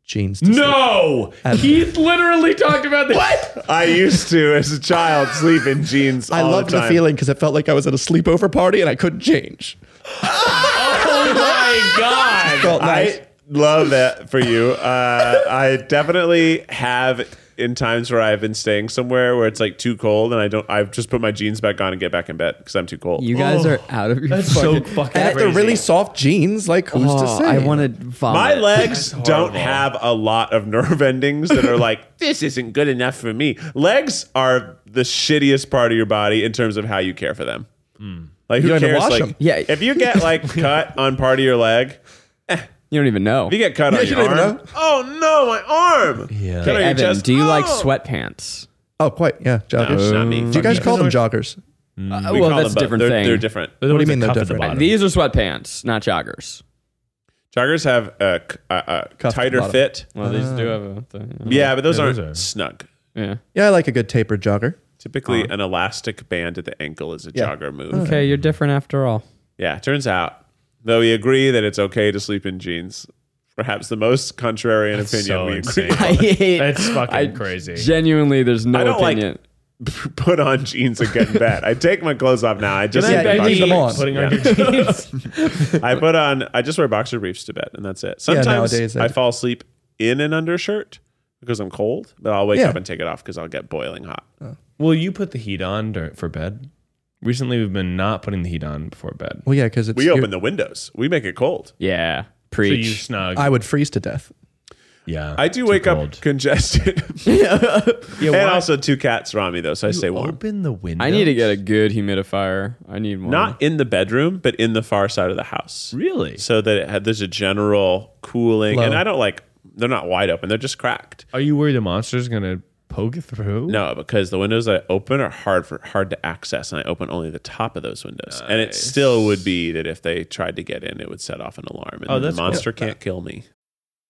S3: jeans. To sleep.
S4: No,
S3: Um,
S4: Keith literally talked about this. What?
S2: I used to, as a child, sleep in jeans.
S3: I
S2: all
S3: loved
S2: the,
S3: the,
S2: time.
S3: feeling because it felt like I was at a sleepover party and I couldn't change.
S4: Oh my god!
S3: Felt nice.
S2: I love that for you. Uh, I definitely have in times where I've been staying somewhere where it's like too cold and I don't. I've just put my jeans back on and get back in bed because I'm too cold.
S1: You guys are out of your
S4: That's so
S1: fucking.
S4: fucking.
S3: and they're
S4: crazy.
S3: really soft jeans. Like who's
S1: oh,
S3: to say?
S1: I want to vomit.
S2: my legs don't
S4: horrible.
S2: have a lot of nerve endings that are like this isn't good enough for me. Legs are the shittiest part of your body in terms of how you care for them. Like who
S3: You don't even
S2: cares?
S3: wash
S2: like,
S3: 'em.
S1: Yeah.
S2: if you get like cut on part of your leg,
S1: You don't even know.
S2: if you get cut on
S3: you
S2: your
S3: don't even
S2: arm,
S3: know.
S2: oh no, my arm!
S4: Yeah.
S2: Cut on
S4: Hey,
S2: your
S1: Evan,
S2: chest,
S1: do you like
S2: oh!
S1: sweatpants?
S3: Oh, quite. Yeah, joggers.
S2: it's not me.
S3: Do you guys
S2: Fuck
S3: call them joggers?
S1: Uh,
S2: We
S1: well,
S2: call
S1: that's a
S2: them both.
S1: different
S2: they're,
S1: thing.
S2: They're different.
S4: What
S3: do you mean they're different?
S1: These are sweatpants, not joggers.
S2: Joggers have a, c- a- a
S3: Cuff
S2: tighter
S3: bottom.
S2: fit.
S1: Well, these do have a thing.
S2: Yeah, but those
S4: Yeah,
S2: aren't
S4: those are-
S2: snug.
S1: Yeah.
S3: Yeah, I like a good tapered jogger.
S2: Typically, an elastic band at the ankle is a
S3: Yeah. Uh-huh.
S2: jogger move.
S1: Okay, you're different after all.
S2: Yeah, turns out, though we agree that it's okay to sleep in jeans, perhaps the most contrarian
S4: That's
S2: opinion
S4: so
S2: we agree.
S4: insane.
S2: on.
S1: I hate.
S4: That's fucking
S1: I
S4: crazy.
S1: Genuinely, there's no
S2: I don't like-
S1: opinion.
S2: Put on jeans and get in bed. I take my clothes off now. I just
S3: I
S2: leave the boxer
S3: beg you- them on.
S4: Putting on your jeans.
S2: I put on. I just wear boxer briefs to bed, and that's it. Sometimes
S3: nowadays I
S2: I
S3: do.
S2: fall asleep in an undershirt because I'm cold, but I'll wake
S3: Yeah.
S2: up and take it off because I'll get boiling hot.
S4: Will you put the heat on dur for bed? Recently, we've been not putting the heat on before bed.
S3: Well, yeah, because it's.
S2: We
S3: you're-
S2: open the windows. We make it cold.
S1: yeah,
S4: So you
S1: preach.
S4: snug.
S3: I would freeze to death.
S4: yeah.
S2: I do
S4: too
S2: wake
S4: cold.
S2: up congested,
S4: Yeah,
S2: and
S4: why-
S2: also two cats around me though, so I stay warm.
S5: Open the window.
S1: I need to get a good humidifier. I need one.
S2: Not in the bedroom, but in the far side of the house.
S5: Really?
S2: So that it had, there's a general cooling, and
S3: Flow.
S2: I don't like. They're not wide open. They're just cracked.
S4: Are you worried a monster's gonna poke through?
S2: No, because the windows I open are hard for hard to access, and I open only the top of those windows. And it still would be that if they tried to get in, it would set off an alarm, and
S4: Oh,
S2: then the
S4: that's cool.
S2: monster can't kill me.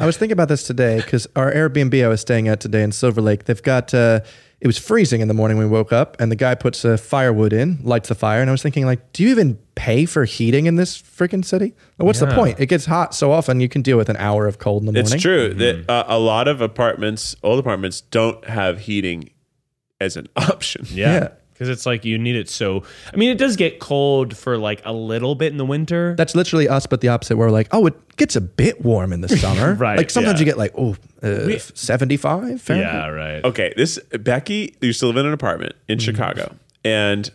S3: I was thinking about this today because our Airbnb I was staying at today in Silver Lake, they've got uh, it was freezing in the morning when we woke up, and the guy puts uh, firewood in, lights the fire, and I was thinking like, do you even pay for heating in this freaking city? Like, what's the point? It gets hot so often, you can deal with an hour of cold in the morning.
S2: It's true that uh, a lot of apartments, old apartments, don't have heating as an option.
S3: Yeah.
S4: Yeah. Because it's like you need it so. I mean, it does get cold for like a little bit in the winter.
S3: That's literally us, but the opposite. We're like, oh, it gets a bit warm in the summer.
S4: Right,
S3: Like sometimes you
S4: yeah.
S3: get like, oh, uh, 75 Fahrenheit.
S4: yeah, right.
S2: Okay, this Becky used to live in an apartment in Chicago, and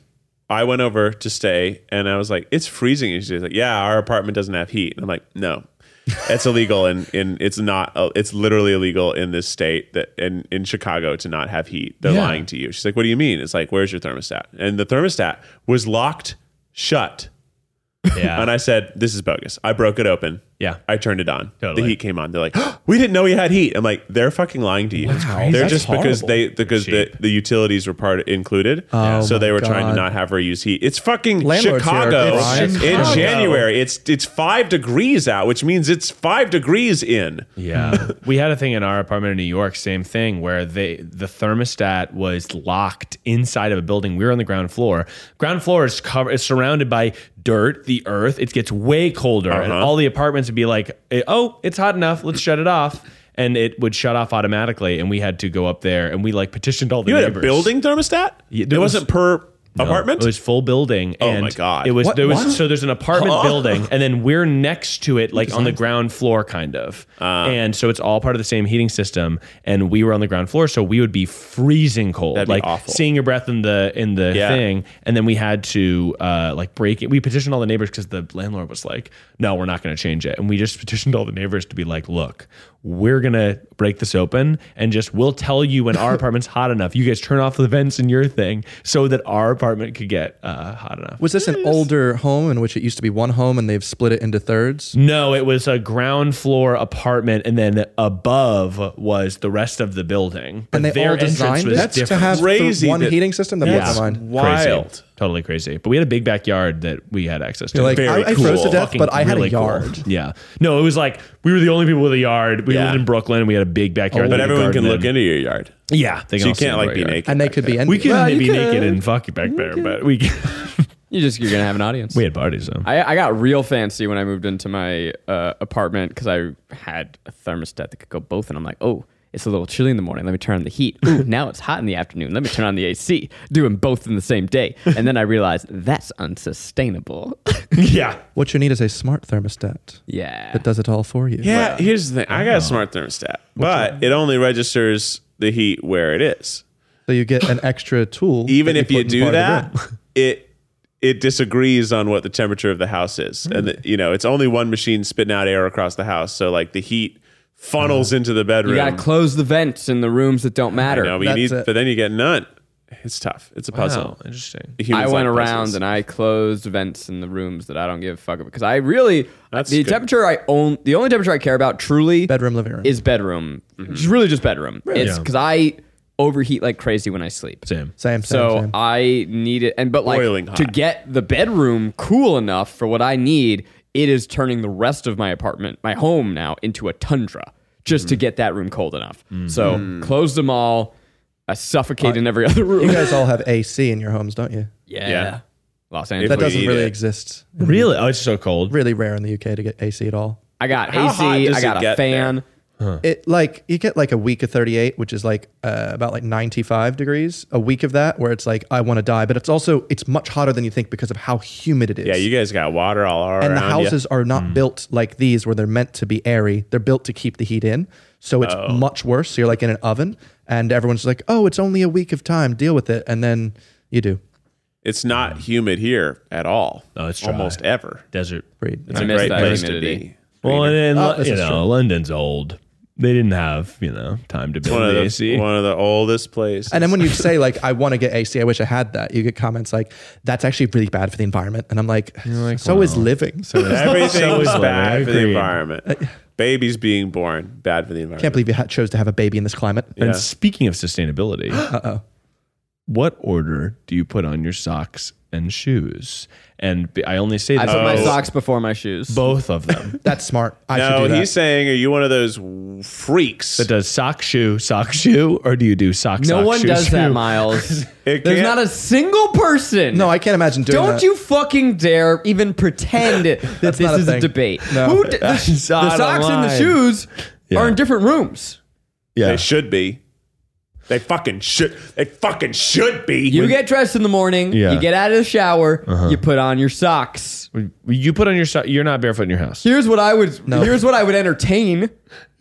S2: I went over to stay, and I was like, "It's freezing." And she's like, "Yeah, our apartment doesn't have heat." And I'm like, "No, that's illegal, and in it's not. uh, It's literally illegal in this state that in in Chicago to not have heat. They're
S5: Yeah.
S2: lying to you." She's like, "What do you mean?" It's like, "Where's your thermostat?" And the thermostat was locked shut.
S4: Yeah.
S2: And I said, "This is bogus." I broke it open.
S4: Yeah.
S2: I turned it on.
S4: Totally.
S2: The heat came on. They're like, "We didn't know we had heat." I'm like, "They're fucking lying to you.
S3: crazy.
S2: They're
S3: That's
S2: just because
S3: horrible.
S2: they because the, the utilities were part included,
S3: Oh
S2: so they
S3: my
S2: were trying to
S3: God.
S2: not have her use heat. It's fucking
S3: Landlords here are
S2: Chicago
S3: crying.
S2: in
S3: It's
S4: Chicago.
S2: January. It's it's five degrees out, which means it's five degrees in.
S4: Yeah. we had a thing in our apartment in New York, same thing, where they the thermostat was locked inside of a building. We were on the ground floor. Ground floor is covered is surrounded by dirt, the earth. It gets way colder. And
S2: Uh-huh.
S4: all the apartments would be like, eh, oh, it's hot enough. Let's shut it off. And it would shut off automatically. And we had to go up there and we like petitioned all the
S2: You had
S4: neighbors.
S2: a building thermostat.
S4: Yeah,
S2: it
S4: there was-
S2: wasn't per apartment.
S4: It was full building.
S2: Oh
S4: and
S2: my God.
S4: It was
S3: What-
S4: there was
S3: what?
S4: so there's an apartment building, and then we're next to it, like on the ground floor, kind of.
S2: Uh.
S4: and so it's all part of the same heating system. And we were on the ground floor, so we would be freezing cold,
S2: That'd be
S4: like
S2: awful.
S4: seeing your breath in the in the
S2: Yeah.
S4: thing. And then we had to uh, like break it. We petitioned all the neighbors because the landlord was like, "No, we're not going to change it." And we just petitioned all the neighbors to be like, "Look." We're gonna break this open and just we'll tell you when our apartment's hot enough. You guys turn off the vents in your thing so that our apartment could get uh, hot enough.
S3: Was this an older home in which it used to be one home and they've split it into thirds?
S4: No, it was a ground floor apartment, and then above was the rest of the building. But
S3: And they all
S4: entrance
S3: designed
S4: was
S3: it to
S4: different.
S3: have th-
S2: Crazy
S3: one
S2: that-
S3: heating system. That
S4: Yeah.
S3: blows my mind.
S4: Crazy.
S2: wild.
S4: totally crazy. But we had a big backyard that we had access to.
S3: You're like,
S2: Very
S3: I, I froze to
S2: cool.
S3: death, but I had
S4: Really
S3: a
S4: cool.
S3: yard.
S4: Yeah, no, it was like we were the only people with a yard. We
S2: Yeah. Oh,
S4: lived in Brooklyn. and We had a big backyard,
S2: but
S4: that we
S2: everyone can
S4: gardened
S2: look
S4: in.
S2: into your yard,
S4: Yeah, they can
S2: so you
S4: all see
S2: can't like
S4: our
S2: be
S4: yard.
S2: naked.
S3: And they could be
S4: We
S3: envious.
S4: could
S1: you
S4: be naked
S1: could.
S4: and fuck it back there, but we
S1: You just you're gonna have an audience.
S4: we had parties though.
S1: I, I got real fancy when I moved into my uh, apartment because I had a thermostat that could go both, and I'm like, oh, It's a little chilly in the morning. Let me turn on the heat. Ooh, now it's hot in the afternoon. Let me turn on the AC. Doing both in the same day. And then I realize that's unsustainable.
S4: yeah.
S3: What you need is a smart thermostat
S1: yeah.
S3: that does it all for you.
S2: Yeah, here's the thing. I got a smart thermostat, but it only registers the heat where it is.
S3: So you get an extra tool.
S2: Even
S3: that
S2: if you
S3: put in
S2: do
S3: part of the
S2: that,
S3: room.
S2: it it disagrees on what the temperature of the house is, and the, you know it's only one machine spitting out air across the house, so like the heat
S3: Uh-huh.
S2: funnels into the bedroom.
S1: You got to close the vents in the rooms that don't
S2: I
S1: matter.
S2: know, but, you
S3: That's
S2: need,
S3: it.
S2: but then you get none. It's tough. It's a puzzle.
S4: Wow, interesting.
S1: I went around and I closed vents in the rooms that I don't give a fuck about because I really
S2: That's
S1: the
S2: good.
S1: temperature I own the only temperature I care about truly
S3: Bedroom, living room.
S1: is bedroom. It's really just bedroom. It's
S4: Yeah.
S1: because I overheat like crazy when I sleep.
S4: Same.
S3: same, same,
S1: So
S3: same.
S1: I need it, and but like
S2: Boiling
S1: to
S2: hot.
S1: get the bedroom cool enough for what I need, it is turning the rest of my apartment, my home now, into a tundra just
S3: Mm.
S1: to get that room cold enough.
S3: Mm-hmm.
S2: Mm.
S1: So closed them all. I suffocate
S3: Uh,
S1: in every other room.
S3: you guys all have AC in your homes, don't you?
S1: yeah.
S2: Yeah.
S1: Los
S2: If
S1: Angeles.
S3: That
S2: we
S3: doesn't
S2: need
S3: really
S2: it.
S3: exist.
S4: Really? Oh, it's so cold.
S3: Really rare in the UK to get AC at all.
S1: I got
S2: How hot
S1: AC.
S2: does
S1: I
S2: it
S1: got a
S2: get
S1: fan.
S3: It like you get like a week of 38, which is like uh, about like 95 degrees. A week of that, where it's like I want to die, but it's also it's much hotter than you think because of how humid it is.
S2: yeah, you guys got water all around. Mm.
S3: and the
S2: you.
S3: houses are not built like these where they're meant to be airy. They're built to keep the heat in, so it's
S2: Oh.
S3: much worse. So you're like in an oven, and everyone's like, "Oh, it's only a week of time. Deal with it." And then you do.
S2: It's not humid here at all.
S4: Oh, it's dry.
S2: almost ever.
S4: Desert.
S3: Breed.
S2: It's
S1: I
S2: a
S1: miss
S2: great
S1: that
S2: place to
S1: humidity.
S2: be.
S4: Well, and, and
S3: Oh,
S4: Lo-
S3: this
S4: you
S3: is
S4: know,
S3: true.
S4: London's old. They didn't have, you know, time to build
S2: One of
S4: the
S2: the
S4: AC.
S2: one of the oldest places.
S3: And then when you say like, "I want to get AC. I wish I had that," you get comments like, "That's actually really bad for the environment." And I'm like, "So is living." So
S2: Everything
S4: So
S2: was
S4: is living.
S2: bad for the
S4: Agreed.
S2: environment. Babies being born, bad for the environment.
S3: can't believe you ha- chose to have a baby in this climate.
S4: And speaking of sustainability, uh-oh. What order do you put on your socks and shoes? And b- I only say
S1: I
S4: this
S1: put my
S2: Oh.
S4: because
S1: socks before my shoes.
S4: both of them.
S3: That's smart. I should
S2: no,
S3: do that.
S2: he's saying, are you one of those freaks?
S4: That does sock shoe sock shoe, or do you do sock
S1: no
S4: sock,
S1: one
S4: shoe,
S1: does that,
S4: shoe?
S1: Miles. There's
S2: It can't-
S1: not a single person.
S3: no, I can't imagine doing
S1: Don't
S3: that.
S1: you fucking dare even pretend that this
S3: not a
S1: is a
S3: thing.
S1: debate.
S3: No.
S1: Who d- the,
S4: That's
S1: the
S4: not
S1: socks and the
S4: online.
S1: shoes
S4: Yeah.
S1: are in different rooms.
S4: Yeah.
S2: They should be. They fucking should. They fucking should be.
S1: You get dressed in the morning,
S4: Yeah. Uh-huh.
S1: you get out of the shower, you put on your socks.
S4: You put on your sock. You're not barefoot in your house.
S1: Here's what I would here's what I would entertain.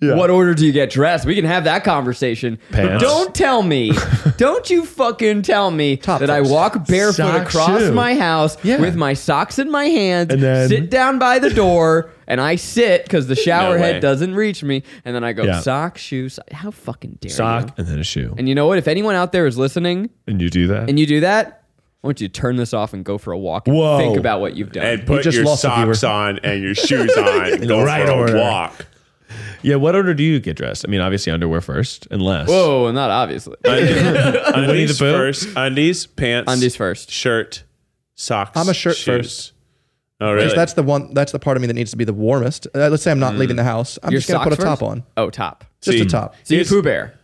S1: What order do you get dressed? We can have that conversation. But
S4: Pants.
S1: don't tell me. don't you fucking tell me
S3: Top
S1: that I
S3: first.
S1: walk barefoot
S4: Sock
S1: across
S4: shoe.
S1: my house
S4: Yeah.
S1: with my socks in my hands,
S4: And then-
S1: sit down by the door, and I sit because the shower
S2: No way.
S1: head doesn't reach me, and then I go
S4: Yeah.
S1: sock, shoe, sock. How fucking dare you?
S4: Sock and then a shoe.
S1: And you know what? If anyone out there is listening
S4: And you do that.
S1: and you do that, I want you to turn this off and go for a walk and
S4: Whoa.
S1: think about what you've done.
S2: and put
S3: just
S2: your
S3: lost a viewer.
S2: socks on and your shoes on. and go
S4: right
S2: for
S4: order.
S2: a walk.
S4: yeah. What order do you get dressed? I mean, obviously underwear first, unless.
S1: Whoa, not obviously.
S2: undies
S4: Pooh?
S2: first. Undies, pants.
S1: Undies first.
S2: Shirt, socks.
S3: I'm a shirt
S2: shoes.
S3: first.
S2: Oh, really? Mm.
S3: Because that's the one. That's the part of me that needs to be the warmest. Uh, let's say I'm not leaving the house. I'm
S1: Your
S3: just gonna put a
S1: socks
S3: top
S1: first?
S3: on,
S1: Oh, top.
S3: just
S2: See,
S3: a top.
S1: So you
S2: Here's-
S1: Pooh Bear.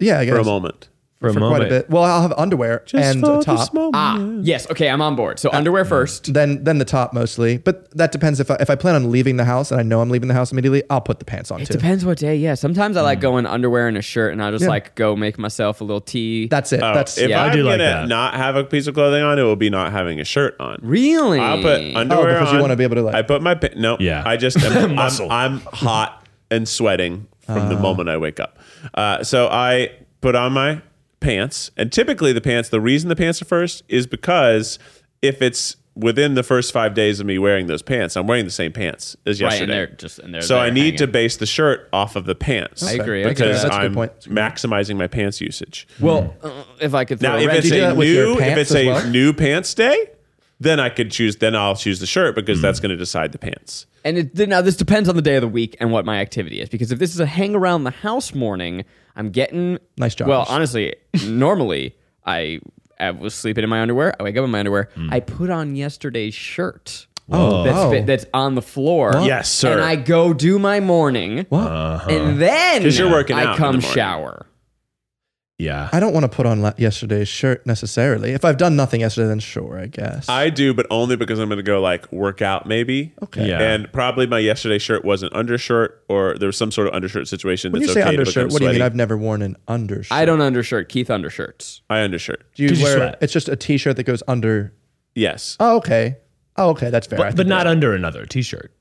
S3: Yeah, I guess
S2: for a moment.
S4: for a
S3: for
S4: moment.
S3: quite a bit. Well, I'll have underwear and a top.
S1: Ah, yes. Okay, I'm on board. So
S2: Uh,
S1: underwear first.
S3: Then, then the top mostly, but that depends if I, if I plan on leaving the house and I know I'm leaving the house immediately, I'll put the pants on
S1: It
S3: too.
S1: depends what day. Yeah. Sometimes I
S2: Mm.
S1: like going underwear and a shirt, and I'll just
S3: Yeah.
S1: like go make myself a little tea.
S3: That's it.
S2: Oh,
S3: That's
S2: if
S1: yeah, I
S2: I'm
S4: do like
S2: gonna
S4: that.
S2: not have a piece of clothing on, it will be not having a shirt on.
S1: really.
S2: I'll put underwear
S3: because you
S2: on.
S3: wanna be able to, like-
S2: I put my pa- no.
S4: Yeah.
S2: I just am,
S4: Muscle.
S2: I'm, I'm hot and sweating from the moment I wake up. Uh, so I put on my pants, and typically the pants. The reason the pants are first is because if it's within the first five days of me wearing those pants, I'm wearing the same pants as
S1: Right, and
S2: yesterday.
S1: they're just- and they're-
S2: so
S1: they're
S2: I need to
S1: hanging.
S2: base the shirt off of the pants.
S1: I agree, I agree.
S2: because
S3: That's a good
S2: I'm
S3: point. That's a good
S2: maximizing my pants usage.
S1: Well, uh, if I could throw
S2: Now,
S1: a
S2: if
S1: wrench
S2: it's
S3: do
S2: a
S3: that with your
S2: new, if
S3: pants
S2: it's
S3: as
S2: a
S3: well?
S2: new pants day, then I could choose. Then I'll choose the shirt because that's
S3: Hmm.
S2: going to decide the pants.
S1: And it, now this depends on the day of the week and what my activity is. Because if this is a hang around the house morning, I'm getting
S3: Nice joggers.
S1: Well, honestly, normally I, I was sleeping in my underwear. I wake up in my underwear. I put on yesterday's shirt.
S3: Hmm. Whoa.
S1: that's,
S3: Oh.
S1: fit- that's on the floor.
S2: Yes, sir.
S1: And I go do my morning,
S3: What?
S2: Uh.
S1: and then
S2: 'Cause you're working
S1: I
S2: out in
S1: come
S2: the morning.
S1: shower.
S4: Yeah.
S3: I don't want to put on la- yesterday's shirt necessarily. If I've done nothing yesterday, then sure, I guess.
S2: I do, but only because I'm going to go like work out maybe.
S3: Okay.
S4: Yeah.
S2: And probably my yesterday shirt was an undershirt or there was some sort of undershirt situation.
S3: when you
S2: that's
S3: say
S2: okay to
S3: undershirt,
S2: become
S3: what do you mean?
S2: sweaty.
S3: I've never worn an undershirt.
S1: I don't undershirt. Keith undershirts.
S2: I undershirt.
S3: Do you
S4: Did you
S3: wear?
S4: sweat?
S3: It's just a t-shirt that goes under.
S2: Yes.
S3: Oh, okay. Oh, okay. That's fair. I
S4: But,
S3: think
S4: but not
S3: that's-
S4: under another t shirt.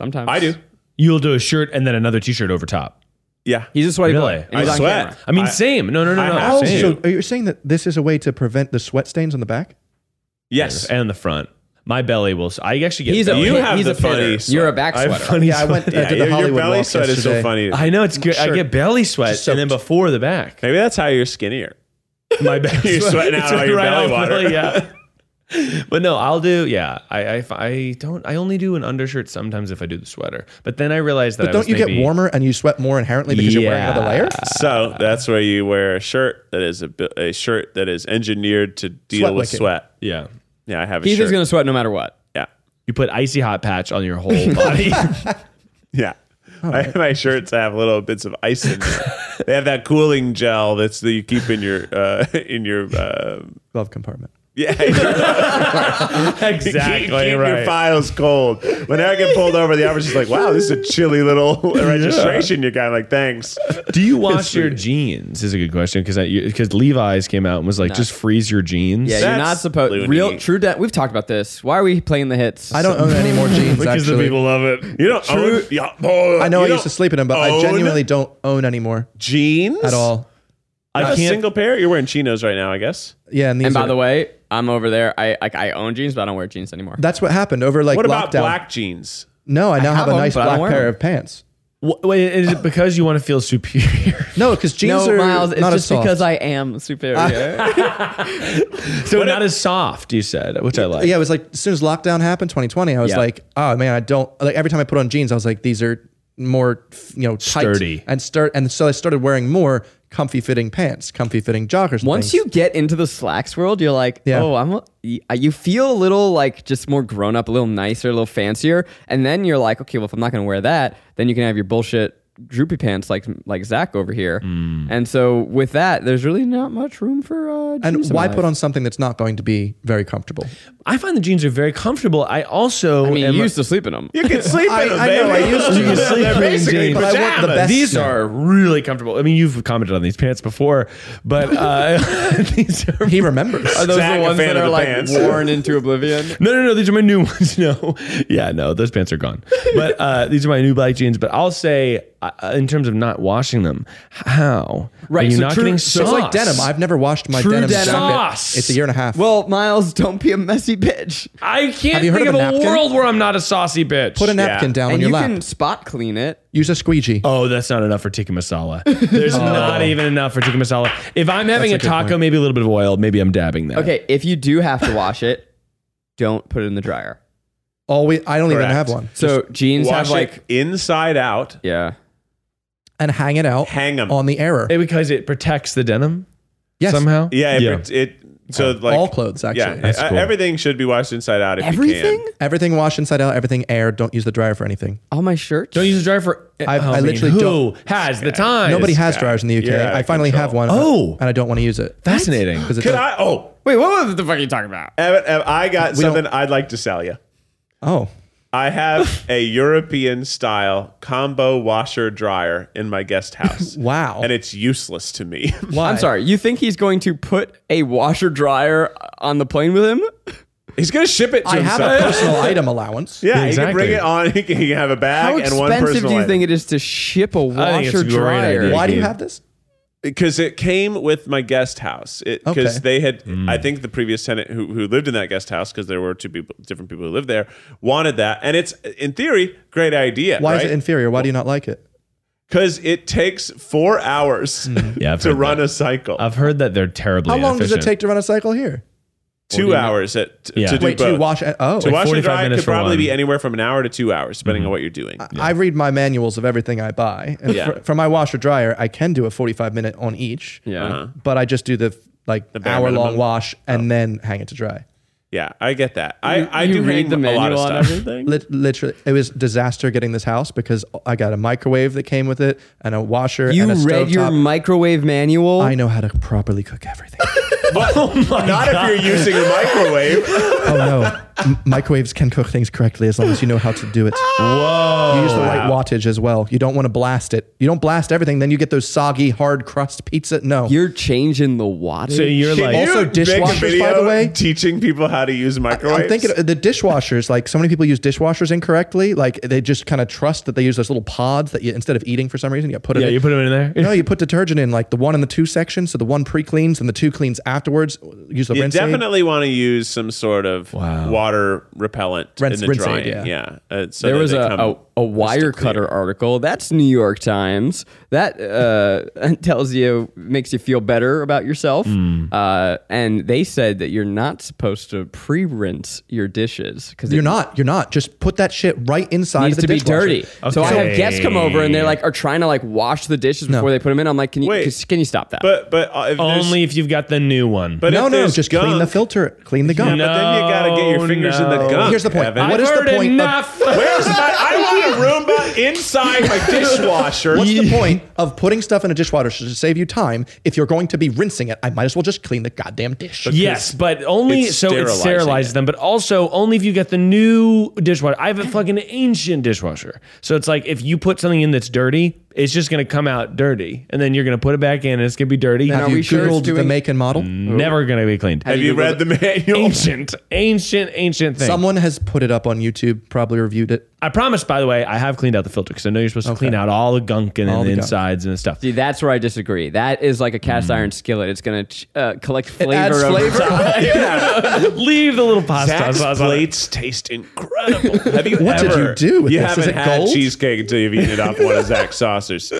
S1: Sometimes
S2: I do.
S4: You'll do a shirt and then another t shirt over top.
S2: Yeah.
S1: He's a sweaty
S4: Really?
S1: boy. And he's
S2: I
S1: on
S2: sweat.
S1: camera.
S4: I mean,
S2: I-
S4: same. No, no, no,
S2: I
S4: no.
S2: have
S3: Oh,
S2: Same.
S3: so are you saying that this is a way to prevent the sweat stains on the back?
S2: Yes.
S4: And the front. My belly will. I actually get.
S1: He's a
S4: belly.
S2: You
S1: pit-
S2: have
S1: he's
S2: the
S1: a pitter.
S2: funny sweat.
S1: You're a back
S4: I have
S1: sweater.
S4: funny
S3: Yeah, I went uh,
S2: Yeah,
S3: to
S2: your-
S3: the Hollywood
S2: your belly
S3: Walk
S2: sweat is so
S3: yesterday.
S2: funny.
S4: I know it's good. I
S3: Sure.
S4: get belly sweat and then
S3: Soaked.
S4: before the back.
S2: Maybe that's how you're skinnier.
S4: My back.
S2: You're sweating out all your belly water.
S4: yeah. But no, I'll do. Yeah, I, I, I don't. I only do an undershirt sometimes if I do the sweater. But then I realize that.
S3: But
S4: I
S3: don't
S4: was
S3: you get
S4: maybe-
S3: warmer and you sweat more inherently because you're wearing another
S4: Yeah.
S3: layer? Ah.
S2: So that's where you wear a shirt that is a, bu- a shirt that is engineered to deal
S3: Sweat
S2: with
S3: wicking.
S2: sweat.
S4: Yeah,
S2: Yeah, I have a
S1: Keith
S2: shirt.
S1: is going to sweat no matter what.
S2: yeah,
S4: you put icy hot patch on your whole body.
S2: yeah.
S3: Oh,
S2: I, my shirts have little bits of ice in them. they have that cooling gel that's that you keep in your uh, in your uh,
S3: Glove compartment.
S2: yeah. your-
S4: exactly
S2: keep, keep
S4: right.
S2: your files cold. Whenever I get pulled over, the officer's like, "Wow, this is a chilly little registration." You got like, thanks.
S4: Do you wash your jeans? Is a good question because because Levi's came out and was like, just freeze your jeans.
S1: Yeah, you're
S2: That's
S1: not supposed.
S2: loony.
S1: Real true debt. We've talked about this. Why are we playing the hits?
S3: I don't own any more jeans.
S4: because
S3: actually.
S4: the people love it.
S2: You don't own. Yeah, oh,
S3: I know
S2: you
S3: I used
S2: don't
S3: to sleep in them, but I
S2: own
S3: genuinely don't own anymore
S2: jeans
S3: at all.
S2: Not
S4: I
S2: a
S4: can't.
S2: single pair. You're wearing chinos right now, I guess.
S3: Yeah, and these
S1: And by
S3: are-
S1: the way, I'm over there. I like I own jeans, but I don't wear jeans anymore.
S3: that's what happened over like
S2: What
S3: lockdown.
S2: about black jeans?
S3: No, I now have,
S1: have
S3: a
S1: them,
S3: nice
S1: but I don't
S3: black
S1: wear
S3: pair
S1: them.
S3: of pants.
S4: Wh- Wait, is it because you want to feel superior?
S3: No, because jeans
S1: no,
S3: are
S1: Miles. It's
S3: not
S1: just
S3: as soft. Ah,
S1: because I am superior.
S4: so not as soft. You said, which I like.
S3: Uh, yeah, it was like as soon as lockdown happened, 2020, I was
S1: Yeah.
S3: like, oh man, I don't like every time I put on jeans, I was like, these are more you know tight
S4: Sturdy.
S3: and start and so I started wearing more comfy fitting pants, comfy fitting joggers. and
S1: Once
S3: things.
S1: you get into the slacks world, you're like,
S3: Yeah.
S1: oh, I'm. A, y- you feel a little like just more grown up, a little nicer, a little fancier, and then you're like, okay, well, if I'm not going to wear that, then you can have your bullshit droopy pants like like Zach over here. And so with that, there's really not much room for. Uh,
S3: and
S1: jeans in
S3: why
S1: my
S3: put
S1: life.
S3: on something that's not going to be very comfortable?
S4: I find the jeans are very comfortable. I also
S1: I mean,
S4: am-
S1: you used to sleep in them.
S2: You can sleep
S3: I-
S2: in them,
S3: I know,
S2: baby.
S3: I used to. You can
S2: They're
S4: sleep in
S2: basically
S4: jeans,
S3: I
S4: but
S3: want the
S2: pajamas.
S3: best
S4: these
S3: now.
S4: are really comfortable. I mean, you've commented on these pants before, but uh, these are
S3: He remembers.
S1: Are those
S2: Zach,
S1: the
S2: a
S1: ones
S2: fan
S1: that
S2: of
S1: are
S2: the
S1: like
S2: pants.
S1: worn into oblivion?
S4: No, no, no. These are my new ones. No, yeah, no. Those pants are gone. But uh, these are my new black jeans. But I'll say, uh, in terms of not washing them, how
S1: Right,
S4: Are you
S1: so
S4: not
S1: true-
S4: getting
S1: so
S4: sauce?
S3: it's like denim. I've never washed my
S4: True
S3: denim,
S4: denim.
S3: jacket.
S4: Sauce.
S3: It's a year and a half.
S1: Well, Miles, don't be a messy bitch.
S4: I
S3: Have
S4: can't
S3: you heard
S4: think
S3: of
S4: of
S3: a
S4: a,
S3: napkin?
S4: world where I'm not a saucy bitch.
S3: put a napkin down on
S1: and
S3: your
S1: you
S3: lap.
S1: can spot clean it.
S3: Use a squeegee.
S4: Oh, that's not enough for tikka masala. There's not even enough for tikka masala. If I'm having a,
S3: Oh. That's a good
S4: taco,
S3: point.
S4: maybe a little bit of oil, maybe I'm dabbing that.
S1: Okay, if you do have to wash it, don't put it in the dryer.
S3: Always. I don't even
S2: Correct.
S3: have one.
S1: So jeans have
S2: Wash
S1: like
S2: it inside out.
S1: yeah.
S3: And hang it out.
S2: Hang 'em.
S3: on the error.
S4: Eh, because it protects the denim
S3: yes.
S4: somehow.
S2: Yeah, it, it, so like
S3: All clothes, actually.
S2: Yeah,
S3: That's
S2: uh,
S4: cool.
S2: everything should be washed inside out if you
S1: Everything?
S2: can.
S3: Everything wash inside out. Everything air. Don't use the dryer for anything.
S1: All my shirts.
S4: Don't use a dryer for. oh,
S3: I- I literally
S4: who
S3: don't-
S4: has the time?
S3: Nobody has
S2: guy.
S3: dryers in the UK.
S2: You're out
S3: I
S2: of
S3: finally
S2: control.
S3: have one.
S4: Oh.
S3: and I don't want to use it
S4: Fascinating.
S3: because it
S2: Could
S3: does-
S2: I? Oh,
S1: Wait, what the fuck are you talking about?
S2: Evan, Evan, I got
S3: We don't-
S2: something I'd like to sell you.
S3: oh
S2: I have a European style combo washer dryer in my guest house.
S3: Wow.
S2: And it's useless to me.
S3: why?
S1: I'm sorry. You think he's going to put a washer dryer on the plane with him?
S2: He's going to ship it to
S3: I have a
S2: himself.
S3: personal item allowance.
S2: yeah,
S4: Exactly.
S2: he can bring it on. He can, he can have a
S1: How
S2: bag and one
S1: expensive
S2: personal
S1: do you think it is to ship a
S4: think it's
S1: washer
S4: a great
S1: dryer?
S4: idea.
S3: Why do you
S4: Gabe.
S3: have this?
S2: because it came with my guest house because
S3: Okay.
S2: they had i think the previous tenant who, who lived in that guest house because there were two people different people who lived there wanted that and it's in theory great idea
S3: Why is it inferior? Why do you not like it?
S2: because it takes four hours
S3: Hmm.
S4: Yeah, I've
S2: to
S4: heard
S2: run a cycle
S4: I've heard that they're terribly.
S3: How long does it
S4: inefficient.
S3: take to run a cycle here?
S2: two hours at, t-
S4: Yeah.
S2: to do
S3: Wait,
S2: both.
S3: to wash. Oh,
S2: to
S4: Like
S2: wash and
S4: 45
S2: dry
S4: minutes
S2: could
S4: for
S2: probably
S4: one.
S2: be anywhere from an hour to two hours depending on what you're doing
S3: I read my manuals of everything I buy, and
S2: Yeah.
S3: for, for my washer dryer, I can do a forty-five minute on each.
S1: Yeah.
S2: Uh-huh.
S3: but I just do the like
S2: bare
S3: hour long
S2: minimum?
S3: wash and then hang it to dry.
S2: Yeah, I get that. I, I
S1: you
S2: do
S1: read
S2: hang
S1: the
S2: a lot of
S1: manual on
S2: stuff.
S1: everything?
S3: Lit- literally, it was disaster getting this house because I got a microwave that came with it and a washer.
S1: You
S3: and a
S1: read
S3: stovetop.
S1: your microwave manual.
S3: I know how to properly cook everything.
S2: Not if you're using a microwave.
S3: oh no, M- microwaves can cook things correctly as long as you know how to do it.
S1: Ah.
S3: Whoa! You use the right wattage as well. You don't want to blast it. You don't blast everything, then you get those soggy, hard crust pizza. No,
S1: You're changing the water.
S6: So you're
S2: Can
S6: like,
S2: you
S3: Also
S2: make
S3: dishwashers,
S2: a
S3: by
S2: video
S3: the way.
S2: teaching people how to use microwaves.
S3: I'm thinking uh, the dishwashers. Like so many people use dishwashers incorrectly. Like they just kind of trust that they use those little pods that you instead of eating for some reason you put it.
S6: yeah,
S3: in.
S6: you put them in there.
S3: no, you put detergent in like the one and the two section. So the one pre cleans and the two cleans afterwards. Use the
S2: you
S3: rinse aid.
S2: definitely want to use some sort of water repellent
S3: Rinse-
S2: in the
S3: rinse aid,
S2: drying.
S3: yeah.
S2: yeah. Uh, so
S1: there
S2: that
S1: was
S2: they
S1: a,
S2: come
S1: a, a wire
S2: crystal clear.
S1: cutter article. That's New York Times. That uh, tells you, makes you feel better about yourself.
S2: Hmm.
S1: Uh, and they said that you're not supposed to pre rinse your dishes because
S3: You're not. You're not. Just put that shit right inside
S1: needs
S3: of
S1: to
S3: the
S1: be
S3: dishwasher.
S1: dirty. So I have
S6: Okay.
S1: guests come over and they like are trying to like wash the dishes before they put them in. I'm like, can you
S2: Wait.
S1: can you stop that?
S2: But but uh, if there's-
S6: Only if you've got the new one.
S2: but
S3: no,
S2: if
S3: no.
S2: there's
S3: Just
S2: gunk,
S3: clean the filter. Clean the
S2: Yeah,
S3: gum.
S2: but then you gotta get your fingers in the
S6: No, no.
S2: gunk.
S3: Here's the point.
S2: Evan.
S3: What is the point? Of,
S2: Where's my? I want a Roomba inside my dishwasher.
S3: what's the point of putting stuff in a dishwasher to save you time if you're going to be rinsing it? I might as well just clean the goddamn dish.
S6: Yes, but only
S2: it's
S6: so it
S2: sterilizing
S6: sterilizes
S2: it.
S6: them, but also only if you get the new dishwasher. I have a fucking ancient dishwasher. So it's like if you put something in that's dirty, it's just going to come out dirty. And then you're going to put it back in and it's going to be dirty.
S3: Have
S1: are
S3: you
S1: we sure it's
S3: googled the
S1: doing-
S3: make and model?
S6: Never going to be cleaned.
S2: Have you read the manual?
S6: Ancient, ancient, ancient thing.
S3: Someone has put it up on YouTube. Probably reviewed it.
S6: I promise, by the way, I have cleaned out the filter because I know you're supposed to clean out all the gunk and
S3: All
S6: the,
S3: the gunk.
S6: insides and stuff.
S1: See, that's where I disagree. That is like a cast
S2: Hmm.
S1: iron skillet. It's gonna ch- uh, collect flavor.
S3: adds
S1: over
S3: flavor.
S1: time.
S6: Leave the little pasta
S2: Zach's
S6: sauce on it.
S2: plates taste incredible. Have you
S3: What did
S2: ever?
S3: you do with
S2: you
S3: this? Is
S2: haven't
S3: it
S2: had
S3: gold?
S2: cheesecake until you've eaten it off one of Zach's saucers.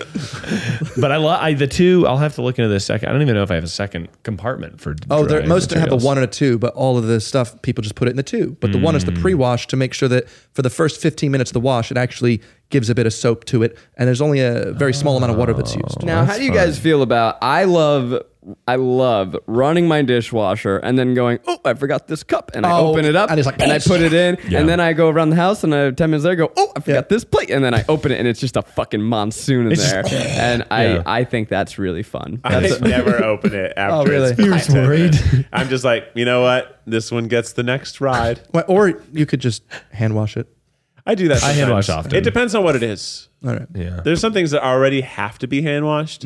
S6: But I, lo- I the two. I'll have to look into this second. I don't even know if I have a second compartment for.
S3: Oh,
S6: dry
S3: they're- most have the
S6: materials.
S3: one and a two, but all of the stuff people just put it in the two. But the one is the pre-wash to make sure that for the first 15 minutes of the wash, it actually gives a bit of soap to it, and there's only a very small amount of water that's used.
S1: Oh. Now, how do you guys feel about? I love, I love running my dishwasher and then going, oh, I forgot this cup, and I
S3: Oh,
S1: open it up
S3: and it's like,
S1: I put it in, and then I go around the house and I, ten minutes later go, oh, I forgot this plate, and then I open it and it's just a fucking monsoon in there, and I, I think that's really fun.
S2: I just never open it after.
S3: Oh, really?
S2: It's been
S3: You're
S2: like 10 minutes. I'm just like, you know what? This one gets the next ride.
S3: Well, Or you could just hand wash it.
S2: I do that.
S6: I hand
S2: sometimes.
S6: wash often.
S2: It depends on what it is.
S3: All right. Yeah. Mm-hmm.
S2: There's some things that already have to be hand washed.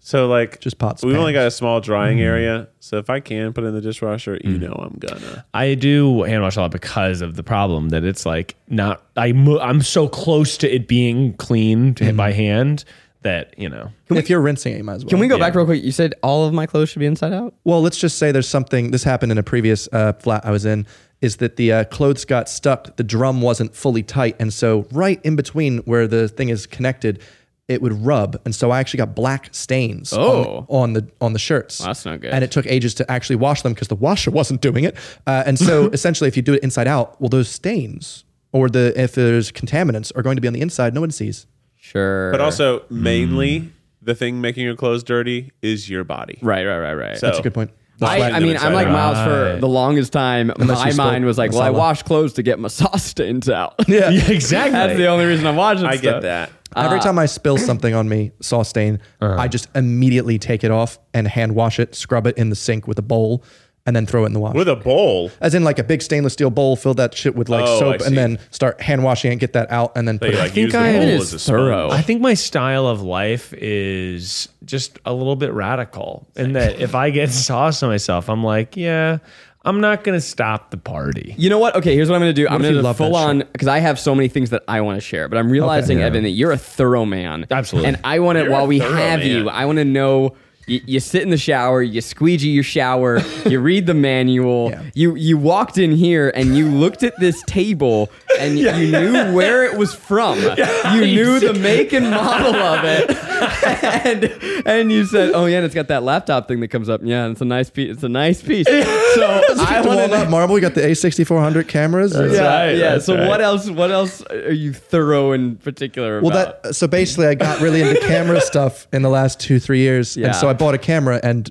S2: So like,
S3: Just pots,
S2: We've only
S3: pans. Mm-hmm.
S2: got a small drying area, so if I can put it in the dishwasher, you know I'm gonna.
S6: I do hand wash a lot because of the problem that it's like not. I mo- I'm so close to it being clean to
S3: Mm-hmm.
S6: by hand that you know.
S3: if you're rinsing it, you might as well.
S1: Can we go back real quick? You said all of my clothes should be inside out.
S3: Well, let's just say there's something. This happened in a previous uh, flat I was in. Is that the uh, clothes got stuck? The drum wasn't fully tight, and so right in between where the thing is connected, it would rub, and so I actually got black stains. on-
S1: Oh.
S3: on, the on the shirts.
S1: that's not good.
S3: And it took ages to actually wash them because the washer wasn't doing it. Uh, and so essentially, if you do it inside out, well, those stains or the if there's contaminants are going to be on the inside. No one sees.
S1: Sure,
S2: But also, mainly
S3: Mm.
S2: the thing making your clothes dirty is your body.
S1: right, right, right, right.
S2: So
S3: That's a good point.
S1: I, I mean, I'm like Miles for the longest time. my
S3: you
S1: mind
S3: spoke
S1: was like, well, I
S3: masala.
S1: wash clothes to get my sauce stains out. Yeah,
S6: exactly.
S1: That's the only reason I'm watching.
S2: I
S1: stuff.
S2: get that.
S3: Every time I spill something on me, sauce stain, I just immediately take it off and hand wash it, scrub it in the sink with a bowl, and then throw it in the wash.
S2: With a bowl,
S3: As in, like a big stainless steel bowl, fill that shit with like
S2: Oh,
S3: soap,
S2: I see.
S3: and then start hand washing it, get that out, and then
S2: they
S3: put it.
S2: like use the
S1: I am-
S2: bowl
S1: It
S2: as
S1: is
S2: a sponge.
S3: Oh.
S1: thorough.
S6: I think my style of life is just a little bit radical in that if I get sauce on myself, I'm like, yeah, I'm not gonna stop the party.
S1: You know what? Okay, here's what I'm gonna do. I'm
S3: if you
S1: gonna
S3: love
S1: full
S3: that
S1: on because I have so many things that I want to share, but I'm realizing, Evan, that you're a thorough man.
S6: Absolutely.
S1: And I want to
S2: You're
S1: while
S2: a
S1: we
S2: thorough
S1: have
S2: man.
S1: you, I want to know. You, you sit in the shower, you squeegee your shower, you read the manual.
S3: Yeah.
S1: You you walked in here and you looked at this table and you knew where it was from. You knew the make and model of it, and and you said, "Oh yeah, and it's got that laptop thing that comes up. Yeah, and it's a nice piece. It's a nice piece." So I
S3: the
S1: want to
S3: walnut marble. You got the A6400 cameras.
S1: yeah,
S6: right,
S1: yeah.
S6: that's
S1: So
S6: right.
S1: what else? What else are you thorough in particular
S3: Well,
S1: about?
S3: that so basically, I got really into camera stuff in the last two three years,
S1: Yeah.
S3: and so I bought a camera, and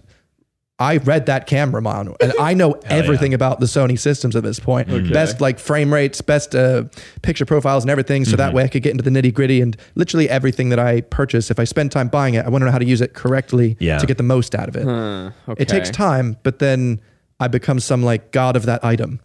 S3: I read that camera manual and I know everything about the Sony systems at this point. Best like frame rates, best uh, picture profiles and everything. So
S1: Mm-hmm.
S3: that way I could get into the nitty gritty and literally everything that I purchase. If I spend time buying it, I want to know how to use it correctly
S4: Yeah.
S3: to get the most out of it. It takes time, but then I become some like god of that item.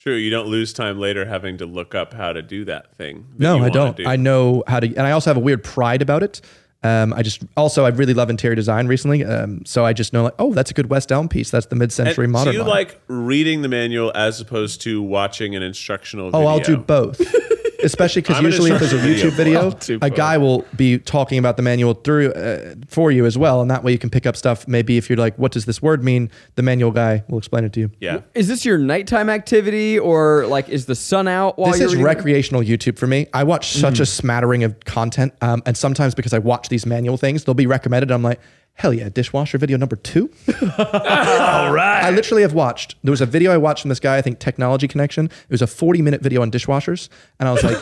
S2: True, you don't lose time later having to look up how to do that thing. that
S3: No,
S2: you
S3: I
S2: wanna
S3: don't.
S2: do.
S3: I know how to, and I also have a weird pride about it. Um, I just also I really love interior design recently, um, so I just know like, oh, that's a good West Elm piece. That's the
S2: And
S3: mid-century modern.
S2: Do you
S3: one.
S2: like reading the manual as opposed to watching an instructional?
S3: Oh,
S2: video?
S3: I'll do both. Especially because
S2: I'm gonna
S3: usually if there's a
S2: start a
S3: YouTube video,
S4: do
S3: a guy will be talking about the manual through uh, for you as well, and that way you can pick up stuff. Maybe if you're like, "What does this word mean?" The manual guy will explain it to you.
S2: Yeah,
S1: Is this your nighttime activity or like is the sun out while
S3: this
S1: you're Mm-hmm.
S3: is
S1: reading?
S3: recreational YouTube for me. I watch such a smattering of content, um, and sometimes because I watch these manual things, they'll be recommended. I'm like, hell yeah, dishwasher video number two.
S4: All right.
S3: I literally have watched. There was a video I watched from this guy. I think Technology Connection. It was a 40 minute video on dishwashers, and I was like,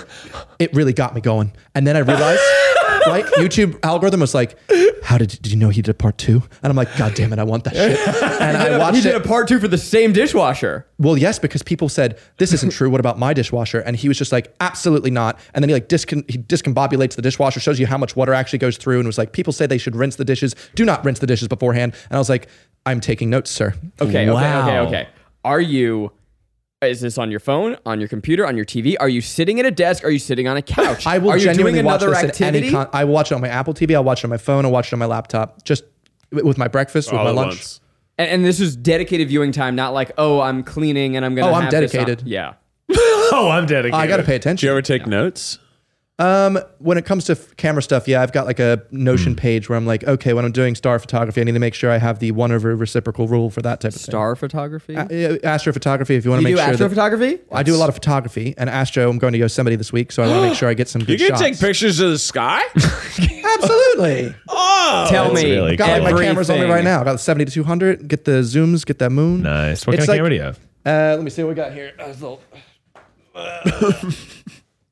S3: it really got me going. And then I realized, right? YouTube algorithm was like, how did did you know he did a part two? And I'm like, god damn it, I want that shit. And I
S1: he
S3: watched
S1: did
S3: it.
S1: a part two for the same dishwasher.
S3: Well, yes, because people said this isn't true. What about my dishwasher? And he was just like, absolutely not. And then he like discon- he discombobulates the dishwasher, shows you how much water actually goes through, and was like, people say they should rinse the dishes. Do not rinse the dishes beforehand. And I was like, I'm taking notes, sir.
S1: Okay, okay,
S4: Wow.
S1: okay, okay. Are you is this on your phone, on your computer, on your TV? Are you sitting at a desk? Are you sitting on a couch?
S3: I will
S1: Are you
S3: genuinely
S1: doing
S3: watch
S1: another
S3: this
S1: activity?
S3: in any. Con- I will watch it on my Apple TV. I'll watch it on my phone. I'll watch it on my laptop. Just w- with my breakfast, with
S2: all
S3: my
S2: at
S3: lunch.
S2: once.
S1: and, and this is dedicated viewing time, not like, oh, I'm cleaning and I'm gonna
S3: Oh, I'm
S1: have this on-
S3: dedicated.
S1: Yeah.
S4: Oh, I'm dedicated.
S3: I gotta pay
S2: Do you
S3: attention.
S2: ever take notes?
S3: when it comes to f- camera stuff, yeah, I've got like a Notion
S1: Hmm.
S3: page where I'm like, okay, when I'm doing star photography, I need to make sure I have the one over reciprocal rule for that type of
S1: Star photography?
S3: thing. Uh, yeah, astrophotography, if you want
S1: you
S3: to
S1: do
S3: make sure that-
S1: astrophotography?
S3: I do a lot of photography and astro. I'm going to Yosemite this week, so I want to make sure I get some
S2: You
S3: good
S2: can
S3: shots.
S2: take pictures of the sky.
S3: Absolutely,
S2: oh,
S1: Tell
S4: that's
S1: me.
S4: really
S3: got like, my
S1: everything.
S3: cameras on me right now. I got the 70 to 200. Get the zooms. Get that moon.
S4: Nice. What
S3: It's like-
S4: kind of camera do you have?
S3: Uh, let me see what we got here. Uh, it's a little-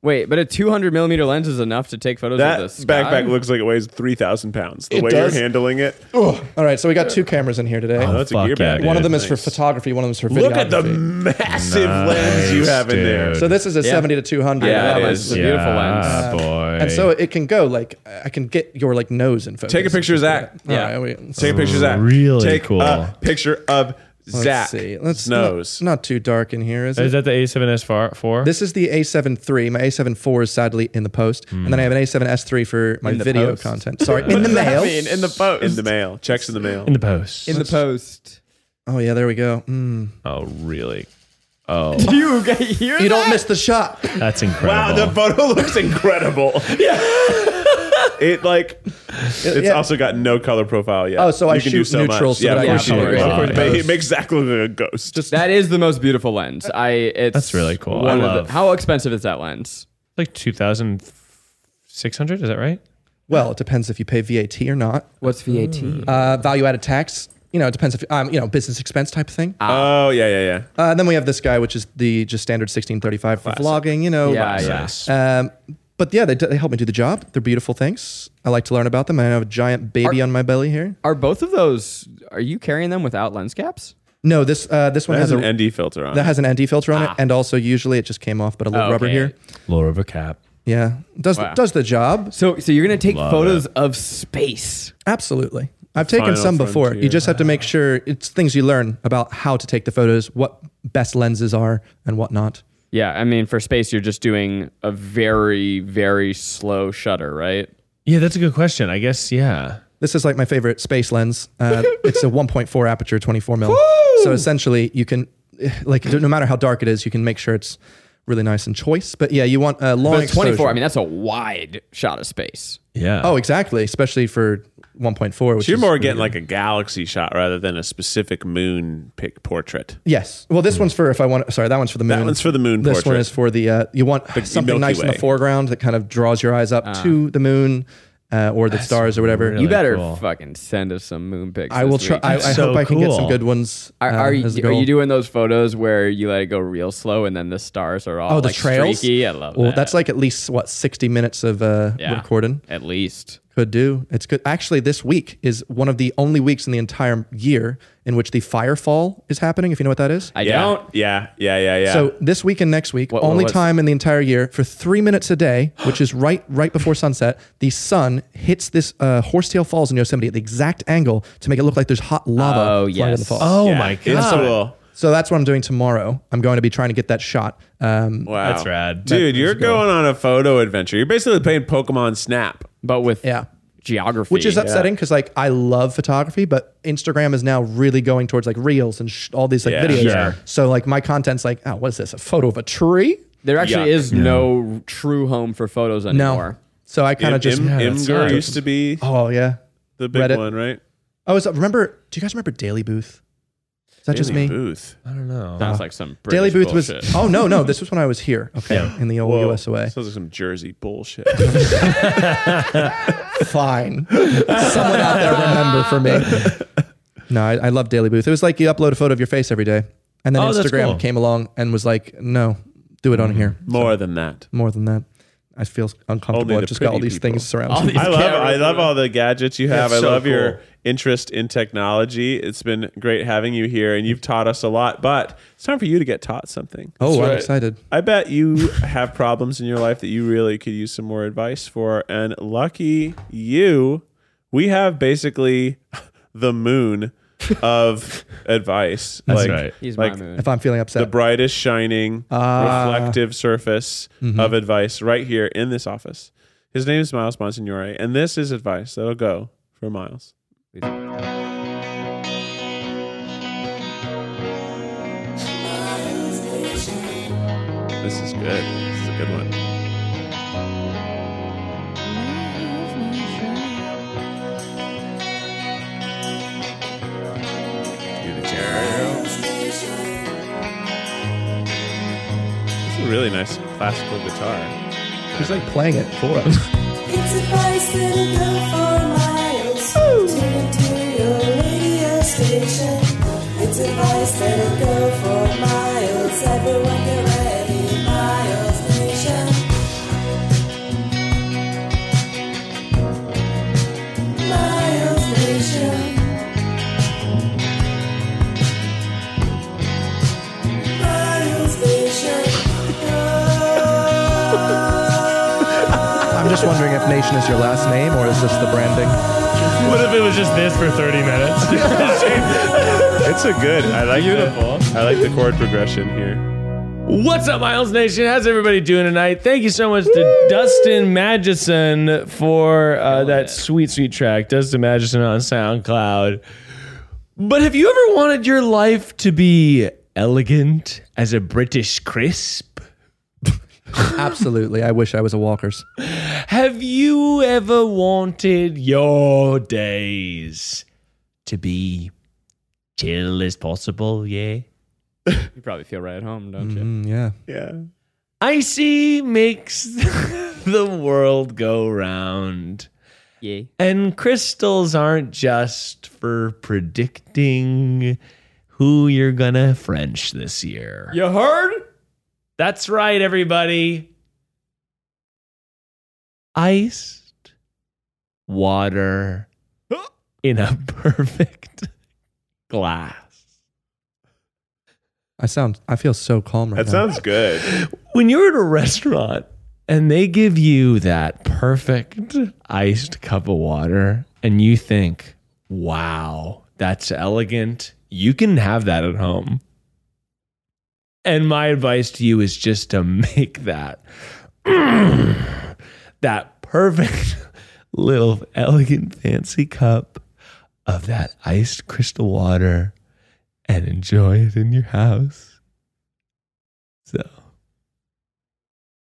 S1: Wait, but a 200 millimeter lens is enough to take photos
S2: that
S1: of this sky?
S2: backpack looks like it weighs three thousand pounds. The
S3: It
S2: way
S3: does. Oh,
S2: you're handling it,
S3: All right, so we got two cameras in here today.
S2: Oh, that's a
S4: fuck
S2: gear
S4: yeah,
S2: bag.
S3: one
S4: dude.
S3: of them is for photography. One of them is for videography.
S2: Look at the massive lens you have in there.
S3: So this is a 70 to 200.
S1: Yeah,
S2: Yeah,
S1: that
S2: it
S1: lens
S2: is.
S1: is a beautiful lens.
S4: Ah, boy.
S3: And so it can go like I can get your like nose in focus.
S2: Take a picture of Zach.
S3: Yeah.
S1: Yeah.
S2: Take a picture of Zach.
S4: Really
S2: Take
S4: cool.
S2: a picture of
S3: let's
S2: Zach.
S3: see. Let's
S2: nose.
S3: Not, not too dark in here, is it?
S4: is that the A7S four?
S3: this is the A7 III. My A7 IV is sadly in the post, and then I have an A7S III for my
S1: the
S3: video
S1: post?
S3: content. Sorry, in the mail.
S1: I mean, in the post.
S2: in the mail. Checks in the mail.
S4: in the post.
S1: in the post.
S3: Oh yeah, there we go. Mm.
S4: oh, really?
S1: You get here.
S3: You don't miss the shot.
S4: That's
S2: wow,
S4: incredible.
S2: the photo looks incredible. yeah. It like it's
S3: yeah.
S2: also got no color profile yet.
S3: Oh, so I
S2: you can
S3: shoot
S2: do so
S3: neutral
S2: much.
S3: so that I
S2: of
S3: can
S2: course
S3: shoot
S2: you do.
S3: neutral.
S2: Of course,
S4: Wow.
S2: but It makes Zach look like a ghost. Just
S1: That is the most beautiful lens. I it's
S4: That's really cool.
S1: one
S4: I
S1: of the-
S4: love-
S1: how expensive is that lens?
S4: like two thousand six hundred. Is that right?
S3: Well, it depends if you pay VAT or not.
S1: What's VAT?
S4: Hmm.
S3: Uh, value added tax. You know, it depends if um, you know business expense type of thing.
S1: Ah.
S2: oh yeah yeah yeah.
S3: Uh, then we have this guy, which is the just standard 1635 for vlogging, you know.
S1: yeah, yeah.
S3: Um, but yeah, they, d- they help me do the job. They're beautiful things. I like to learn about them. I have a giant baby on my belly here.
S1: Are both of those? Are you carrying them without lens caps?
S3: No, this uh, this one
S2: That has
S3: has,
S2: an
S3: a
S2: ND filter on.
S3: that
S2: it.
S3: has an ND filter on it, and also usually it just came off, but a little
S1: Ah. Oh,
S3: rubber
S1: okay.
S3: here.
S4: Lower of a cap.
S3: Yeah, does
S1: Wow.
S3: does the job
S1: So, so you're gonna take photos of space.
S3: absolutely. I've taken
S2: Final
S3: some before. You
S2: frontier.
S3: just have to make sure it's things you learn about how to take the photos, what best lenses are, and whatnot.
S1: Yeah, I mean, for space, you're just doing a very, very slow shutter, right?
S4: Yeah, that's a good question. I guess. Yeah.
S3: This is like my favorite space lens. Uh, it's a 1.4 aperture, 24 mil. So essentially, you can like no matter how dark it is, you can make sure it's really nice and choice. But yeah, you want a long
S1: But 24.
S3: exposure.
S1: I mean, that's a wide shot of space.
S4: Yeah.
S3: oh, exactly, especially for 1.4. Which
S2: So you're
S3: is
S2: more
S3: really
S2: getting
S3: good.
S2: like a galaxy shot rather than a specific moon pic portrait.
S3: yes. Well, this one's for if I want. Sorry, that one's for the moon.
S2: That one's for the moon
S3: This
S2: portrait.
S3: one is for the uh, you want something
S2: Milky
S3: nice in
S2: Way.
S3: the foreground that kind of draws your eyes up to the moon uh, or the stars or whatever.
S4: really
S1: you better
S4: cool.
S1: fucking send us some moon pics.
S3: I
S1: this
S3: will try.
S1: week.
S3: I, I
S4: That's so
S3: hope I can get some
S4: cool.
S3: good ones.
S1: Are,
S3: uh,
S1: are,
S3: as the
S1: you, are
S3: goal.
S1: you doing those photos where you let it go real slow and then the stars are all
S3: Oh, the
S1: like,
S3: trails.
S1: streaky? I love
S3: well,
S1: that.
S3: that's like at least what sixty minutes of uh,
S1: Yeah.
S3: recording.
S1: at least.
S3: Could do. It's good. Actually, this week is one of the only weeks in the entire year in which the firefall is happening. If you know what that is.
S1: I
S2: yeah,
S1: don't.
S2: Yeah, yeah, yeah, yeah.
S3: So this week and next week,
S1: What- what
S3: only
S1: was-
S3: time in the entire year for three minutes a day, which is right right before sunset. The sun hits this uh, Horsetail Falls in Yosemite at the exact angle to make it look like there's hot lava
S1: Oh,
S3: flying in the
S1: yes.
S3: falls.
S4: Oh
S2: Yeah,
S4: my
S2: it's
S4: god.
S2: cool.
S3: So that's what I'm doing tomorrow. I'm going to be trying to get that shot. Um,
S2: Wow.
S4: That's rad.
S2: Dude, you're going on a photo adventure. You're basically playing Pokemon Snap.
S1: But with
S3: yeah.
S1: geography,
S3: Which is upsetting because like I love photography, but Instagram is now really going towards like reels and sh- all these like
S2: Yeah.
S3: videos.
S4: Sure.
S3: So like my content's like, oh, what is this? A photo of a tree?
S1: There actually is no true home for photos anymore.
S3: No. So I kind
S2: Im-
S3: of just
S2: Im-
S3: Yeah, that's
S2: Imgur
S3: not-
S2: used to be
S3: Oh yeah.
S2: the big
S3: Reddit.
S2: one, right?
S3: Oh, so remember? Do you guys remember Daily Booth? Is that just me?
S2: Daily Booth.
S4: I don't know.
S1: Sounds like some British
S3: Uh, Daily Booth
S1: bullshit.
S3: was. Oh no, no, this was when I was here. Okay, in the old
S2: Whoa.
S3: USOA.
S2: Sounds like some Jersey bullshit.
S3: Fine. Someone out there remember for me. No, I, I love Daily Booth. It was like you upload a photo of your face every day, and then
S4: Oh, that's
S3: Instagram
S4: cool.
S3: came along and was like, no, do it on here.
S2: More than that.
S3: More than that, I feel uncomfortable.
S2: Only
S3: I've
S2: the
S3: just got all
S2: pretty
S3: these
S2: people.
S3: things surrounding. me.
S2: I love I love all the gadgets you have.
S4: That's
S2: I
S4: so
S2: love your
S4: cool.
S2: interest in technology. It's been great having you here and you've taught us a lot, but it's time for you to get taught something.
S3: Oh, I'm
S4: right.
S3: excited.
S2: I bet you have problems in your life that you really could use some more advice for. And lucky you, we have basically the moon of advice.
S4: That's right.
S1: He's
S2: like
S1: my moon.
S3: If I'm feeling upset,
S2: the brightest shining
S3: Ah.
S2: reflective surface of advice right here in this office. His name is Miles Monsignore, and this is advice that'll go for Miles. This is good. This is a good one. Do the Gerald. This is a really nice classical guitar.
S3: who's like playing it for us?
S7: It's advice that'll go for miles. Tune into your radio station. It's advice that'll go for miles. Everyone get ready, Miles Nation. Miles Nation. Miles Nation.
S3: I'm just wondering if Nation is your last name or is this the branding?
S4: What if it was just this for 30 minutes?
S2: It's a good. I like The, I like the chord progression here.
S4: What's up, Miles Nation? How's everybody doing tonight? Thank you so much to Dustin Magison for uh, that sweet, sweet track. Dustin Magison on SoundCloud. But have you ever wanted your life to be elegant as a British crisp?
S3: Absolutely. I wish I was a Walker's.
S4: Have you ever wanted your days to be chill as possible? Yeah.
S1: You probably feel right at home, don't you?
S3: Mm, yeah.
S2: Yeah.
S4: Icy makes the world go round.
S1: Yeah.
S4: And crystals aren't just for predicting who you're gonna French this year.
S1: You heard?
S4: That's right, everybody. Iced water in a perfect glass.
S3: I sound, I feel so calm right
S2: That
S3: now.
S2: sounds good.
S4: When you're at a restaurant and they give you that perfect iced cup of water, and you think, wow, that's elegant, you can have that at home. And my advice to you is just to make that that perfect little elegant fancy cup of that iced crystal water and enjoy it in your house. So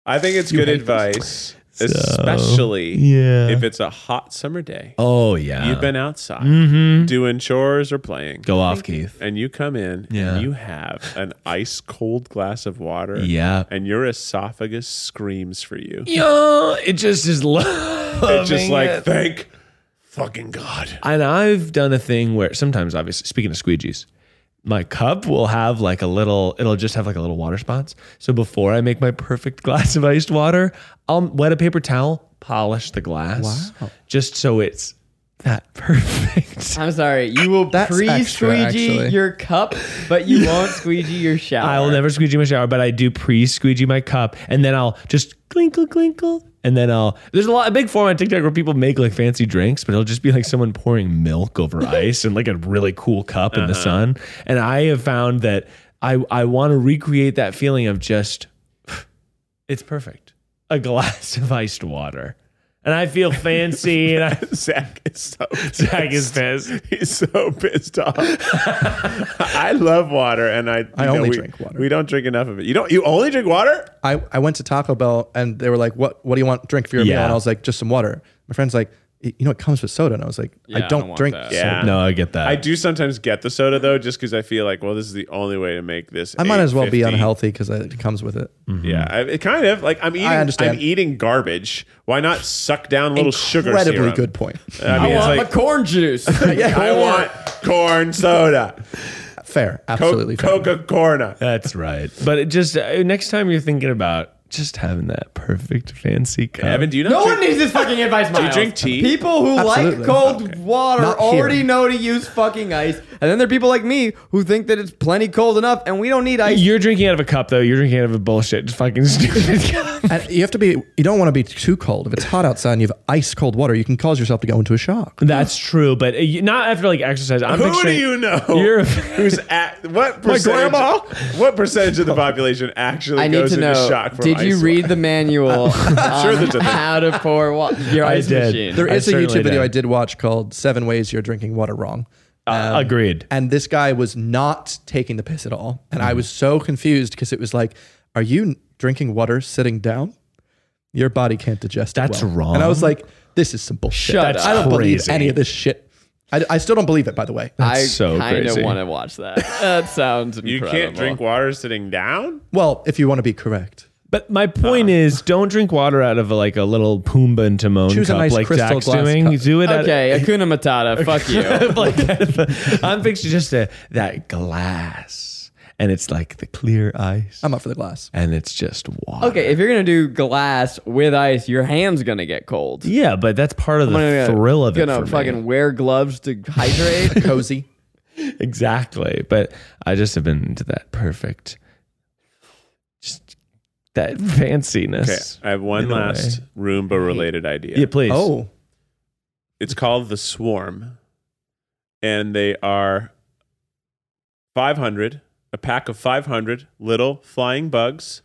S2: I think it's good advice, especially
S4: yeah.
S2: if it's a hot summer day.
S4: Oh yeah.
S2: You've been outside
S4: Mm-hmm.
S2: doing chores or playing.
S4: Go off, Keith.
S2: And you come in
S4: Yeah.
S2: and you have an ice cold glass of water.
S4: Yeah.
S2: And your esophagus screams for you.
S4: Yeah. It just is loving.
S2: It's just like,
S4: it.
S2: thank fucking God.
S4: And I've done a thing where sometimes, obviously, speaking of squeegees, my cup will have like a little. It'll just have like a little water spots. So before I make my perfect glass of iced water, I'll wet a paper towel, polish the glass just so it's that perfect.
S1: I'm sorry. You will
S3: That's extra,
S1: pre-squeegee
S3: actually.
S1: your cup, but you won't squeegee your shower.
S4: I'll never squeegee my shower, but I do pre-squeegee my cup, and then I'll just clinkle clinkle, and then I'll. There's a lot a big form on TikTok where people make like fancy drinks, but it'll just be like someone pouring milk over ice in like a really cool cup in the sun. And I have found that I I want to recreate that feeling of just, it's perfect, a glass of iced water, and I feel fancy, and I.
S2: Zach is so pissed.
S4: Zach is pissed.
S2: He's so pissed off. I love water, and I you
S3: I
S2: know,
S3: only
S2: we-
S3: drink water.
S2: We don't drink enough of it. You don't. You only drink water?
S3: I, I went to Taco Bell and they were like, "What what do you want to drink for your meal?"
S4: Yeah.
S3: And I was like, "Just some water." My friend's like, "Y- "You know, it comes with soda." And I was like,
S1: Yeah, I
S3: "I
S1: don't
S3: don't,
S1: want
S3: drink."
S1: that.
S3: soda."
S2: Yeah.
S4: No, I get that.
S2: I do sometimes get the soda though, just because I feel like, well, this is the only way to make this.
S3: I might as well be
S2: $8.50.
S3: unhealthy because it comes with it. Mm.
S2: Yeah, I, it kind of like I'm eating. I
S3: understand.
S2: am eating garbage. Why not suck down a little sugar?
S3: Incredibly
S2: serum?
S3: good point.
S2: I mean,
S1: I
S2: it's
S1: want
S2: like
S1: my corn juice.
S2: I want corn soda.
S3: Fair, absolutely fair.
S2: Coca Corna.
S4: That's right. But it just uh, next time you're thinking about just having that perfect fancy cup.
S2: Evan, do you not
S1: No
S2: drink-
S1: one needs this fucking advice, Miles.
S2: you drink tea?
S1: People who like
S3: Absolutely.
S1: cold water
S3: Not here.
S1: already know to use fucking ice, and then there are people like me who think that it's plenty cold enough, and we don't need ice.
S4: You're drinking out of a cup, though. You're drinking out of a bullshit, just fucking stupid cup.
S3: And you have to be. You don't want to be too cold. If it's hot outside and you have ice cold water, you can cause yourself to go into a shock.
S4: That's true, but uh, you- not after like exercise. I'm
S2: Who do
S4: picturing-
S2: you know?
S4: You're
S2: who's at what percentage?
S4: grandma?
S2: What percentage of the population actually
S1: I need
S2: goes
S1: to
S2: into
S1: know.
S2: shock
S1: did
S2: from
S1: you
S2: ice
S1: read
S2: water?
S1: the manual
S2: sure
S1: on
S2: there's a thing.
S1: how to pour wa- your
S4: I
S1: ice
S4: did.
S1: machine?
S3: There
S4: I
S3: is a YouTube
S4: certainly
S3: video
S4: did.
S3: I did watch called Seven Ways You're Drinking Water Wrong." Um,
S4: Uh, agreed.
S3: and this guy was not taking the piss at all. And
S1: Mm-hmm.
S3: I was so confused because it was like, are you drinking water sitting down? Your body can't digest it
S4: That's
S3: well."
S4: wrong.
S3: And I was like, this is some bullshit.
S1: Shut
S3: I don't
S4: up.
S3: believe
S4: Crazy.
S3: any of this shit. I, I still don't believe it, by the way.
S1: I
S4: so
S1: kind of
S4: crazy.
S1: want to watch that. That sounds
S2: You
S1: incredible.
S2: can't drink water sitting down.
S3: Well, if you want to be correct.
S4: But my
S3: Uh-huh.
S4: point is, don't drink water out of a, like a little Pumbaa and Timon
S3: Choose a
S4: cup,
S3: nice
S4: like
S3: crystal
S4: Jack's
S3: glass
S4: doing.
S3: cup.
S4: Do it. out-
S1: Okay, Akuna Matata. Fuck you.
S4: like that. I'm picturing just a, that glass, and it's like the clear ice,
S3: I'm up for the glass.
S4: and it's just water.
S1: Okay, if you're gonna do glass with ice, your hand's gonna get cold.
S4: Yeah, but that's part of the
S1: I'm gonna-
S4: thrill of it.
S1: Gonna
S4: for me.
S1: fucking wear gloves to hydrate.
S3: Cozy.
S4: exactly. But I just have been into that perfect, just that
S2: Okay,
S4: fanciness.
S2: I have one
S4: In a way.
S2: last Roomba related idea.
S4: Yeah, please.
S3: Oh,
S2: It's called the Swarm, and they are five hundred, a pack of five hundred little flying bugs,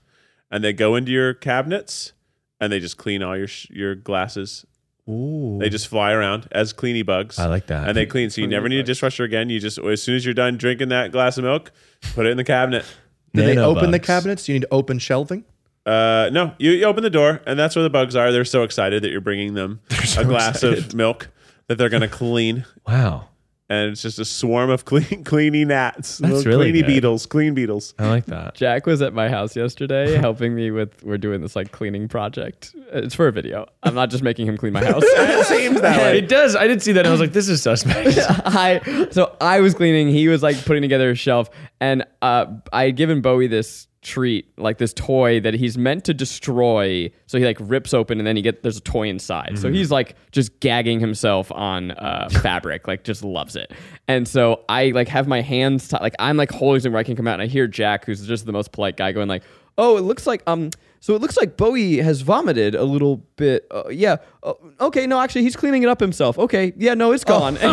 S2: and they go into your cabinets and they just clean all your sh- your glasses.
S4: Ooh.
S2: They just fly around as cleany bugs.
S4: I like that.
S2: and they clean. So you never need a dishwasher again. You just as soon as you're done drinking that glass of milk, put it in the cabinet.
S3: do they
S4: Nanobugs.
S3: open the cabinets? Do you need to open shelving?
S2: Uh, no, you, you open the door, and that's where the bugs are. They're so excited that you're bringing them a glass of milk that they're gonna clean,
S4: Wow,
S2: and it's just a swarm of clean, cleany gnats,
S4: That's
S2: little
S4: really
S2: cleany
S4: good.
S2: beetles, clean beetles.
S4: I like that.
S1: Jack was at my house yesterday helping me with we're doing this like cleaning project. It's for a video. I'm not just making him clean my house.
S2: it seems that way.
S4: It does. I did see that. and I was like, this is suspect.
S1: I so I was cleaning, he was like putting together a shelf and uh I had given Bowie this treat, like this toy that he's meant to destroy. So he like rips open and then he get there's a toy inside. So he's like just gagging himself on uh fabric, like just loves it. And so I like have my hands ti- like I'm like holding something where I can come out and I hear Jack, who's just the most polite guy, going like, "Oh, it looks like um." So it looks like Bowie has vomited a little bit. Uh, yeah. Uh, okay. No, actually, he's cleaning it up himself. Okay. Yeah. No, it's gone. And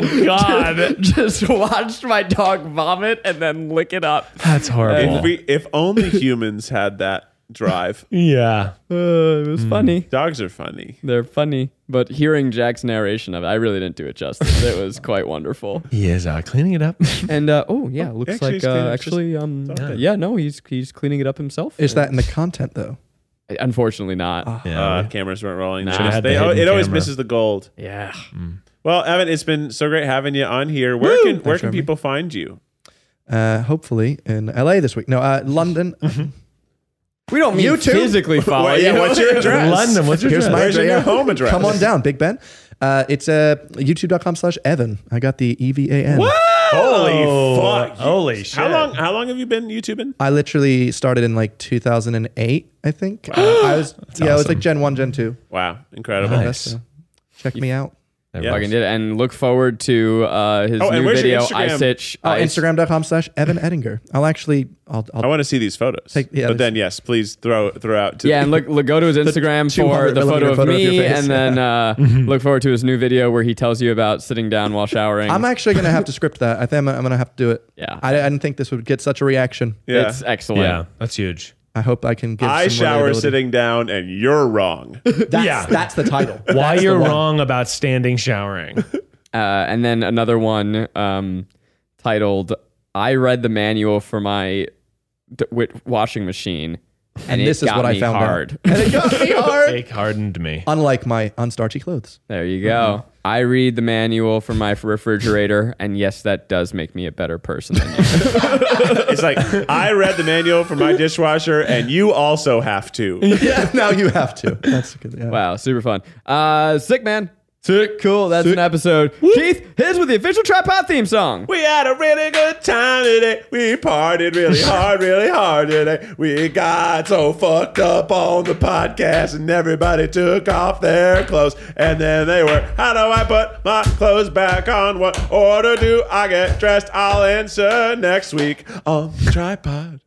S1: he
S4: God.
S1: Just, just watched my dog vomit and then lick it up.
S4: That's horrible.
S2: If we, if only humans had that drive.
S4: yeah.
S1: Uh, it was funny.
S2: Dogs are funny.
S1: They're funny, but hearing Jack's narration of it, I really didn't do it justice. it was quite wonderful.
S4: He is uh, cleaning it up.
S1: And uh, oh yeah, looks
S2: actually,
S1: like
S2: he's
S1: uh,
S2: cleaning it. Just
S1: actually um
S2: it.
S1: yeah no he's he's cleaning it up himself.
S3: Is that in the content, though?
S1: Unfortunately not.
S4: Oh,
S2: Uh, cameras weren't rolling.
S1: Nah.
S2: Should've-
S4: Had the
S2: they- oh, it
S4: hidden
S2: always
S4: camera.
S2: misses the gold.
S1: yeah.
S2: Well, Evan, it's been so great having you on here. Where can where can people find you?
S3: Uh, hopefully in LA this week. No, uh, London.
S1: Mm-hmm. We don't mean
S3: You too?
S1: physically follow.
S2: Well, Oh, yeah,
S1: you.
S2: what's your address?
S4: London. What's your
S3: Here's my
S4: address?
S2: Where's your
S3: address.
S2: new home address?
S3: Come on down, Big Ben. Uh, it's uh, youtube.com slash Evan. I got the E V A N. What?
S2: Oh, Holy fuck!
S4: Holy
S2: Yes.
S4: shit.
S2: How long? How long have you been YouTubing?
S3: I literally started in like 2008, I think. Uh, I was yeah, it was like Gen One, Gen Two.
S2: Wow, incredible.
S4: Nice.
S3: Check me out.
S2: Yeah.
S1: Fucking did it. And look forward to uh, his
S2: Oh, and
S1: new
S2: where's
S1: video,
S2: your Instagram?
S1: Ice Itch.
S3: Uh,
S1: Ice-
S3: Instagram.com slash Evan Ettinger. I'll actually I'll,
S2: I
S3: I'll
S2: want to see these photos.
S3: Take- yeah,
S2: but
S3: there's-
S2: then yes, please throw throw out. To
S1: Yeah, and look, look go to his Instagram for
S3: 200
S1: the photo of
S3: millimeter photo of your
S1: me,
S3: face. Mm-hmm.
S1: and then uh, look forward to his new video where he tells you about sitting down while showering.
S3: I'm actually gonna have to script that. I think I'm, I'm gonna have to do it.
S1: Oh, Yeah.
S3: I, I didn't think this would get such a reaction.
S2: Yeah.
S1: It's excellent.
S4: Yeah, that's huge.
S3: I hope I can give.
S2: I
S3: some
S2: shower
S3: relatability.
S2: sitting down, and you're wrong.
S3: That's,
S4: Yeah.
S3: that's the title.
S4: Why
S3: That's the
S4: you're
S3: one.
S4: wrong about standing showering?
S1: Uh, and then another one um, titled "I read the manual for my d- wi- washing machine, and,
S3: And
S1: it
S3: this is
S1: got
S3: what
S1: me
S3: I found
S1: hard."
S3: out. And it got me hard.
S4: Jake hardened me.
S3: Unlike my unstarchy clothes.
S1: there you
S3: Mm-hmm.
S1: go. I read the manual for my refrigerator, and yes, that does make me a better person than you.
S2: It's like I read the manual for my dishwasher, and you also have to.
S3: Yeah. now you have to. That's good. Yeah.
S1: Wow, super fun. Uh, sick man. Sick. Cool. That's an episode. Keith, here's with the official tripod theme song.
S2: We had a really good time today. We partied really hard, really hard today. We got so fucked up on the podcast, and everybody took off their clothes. And then they were, how do I put my clothes back on? What order do I get dressed? I'll answer next week on the tripod.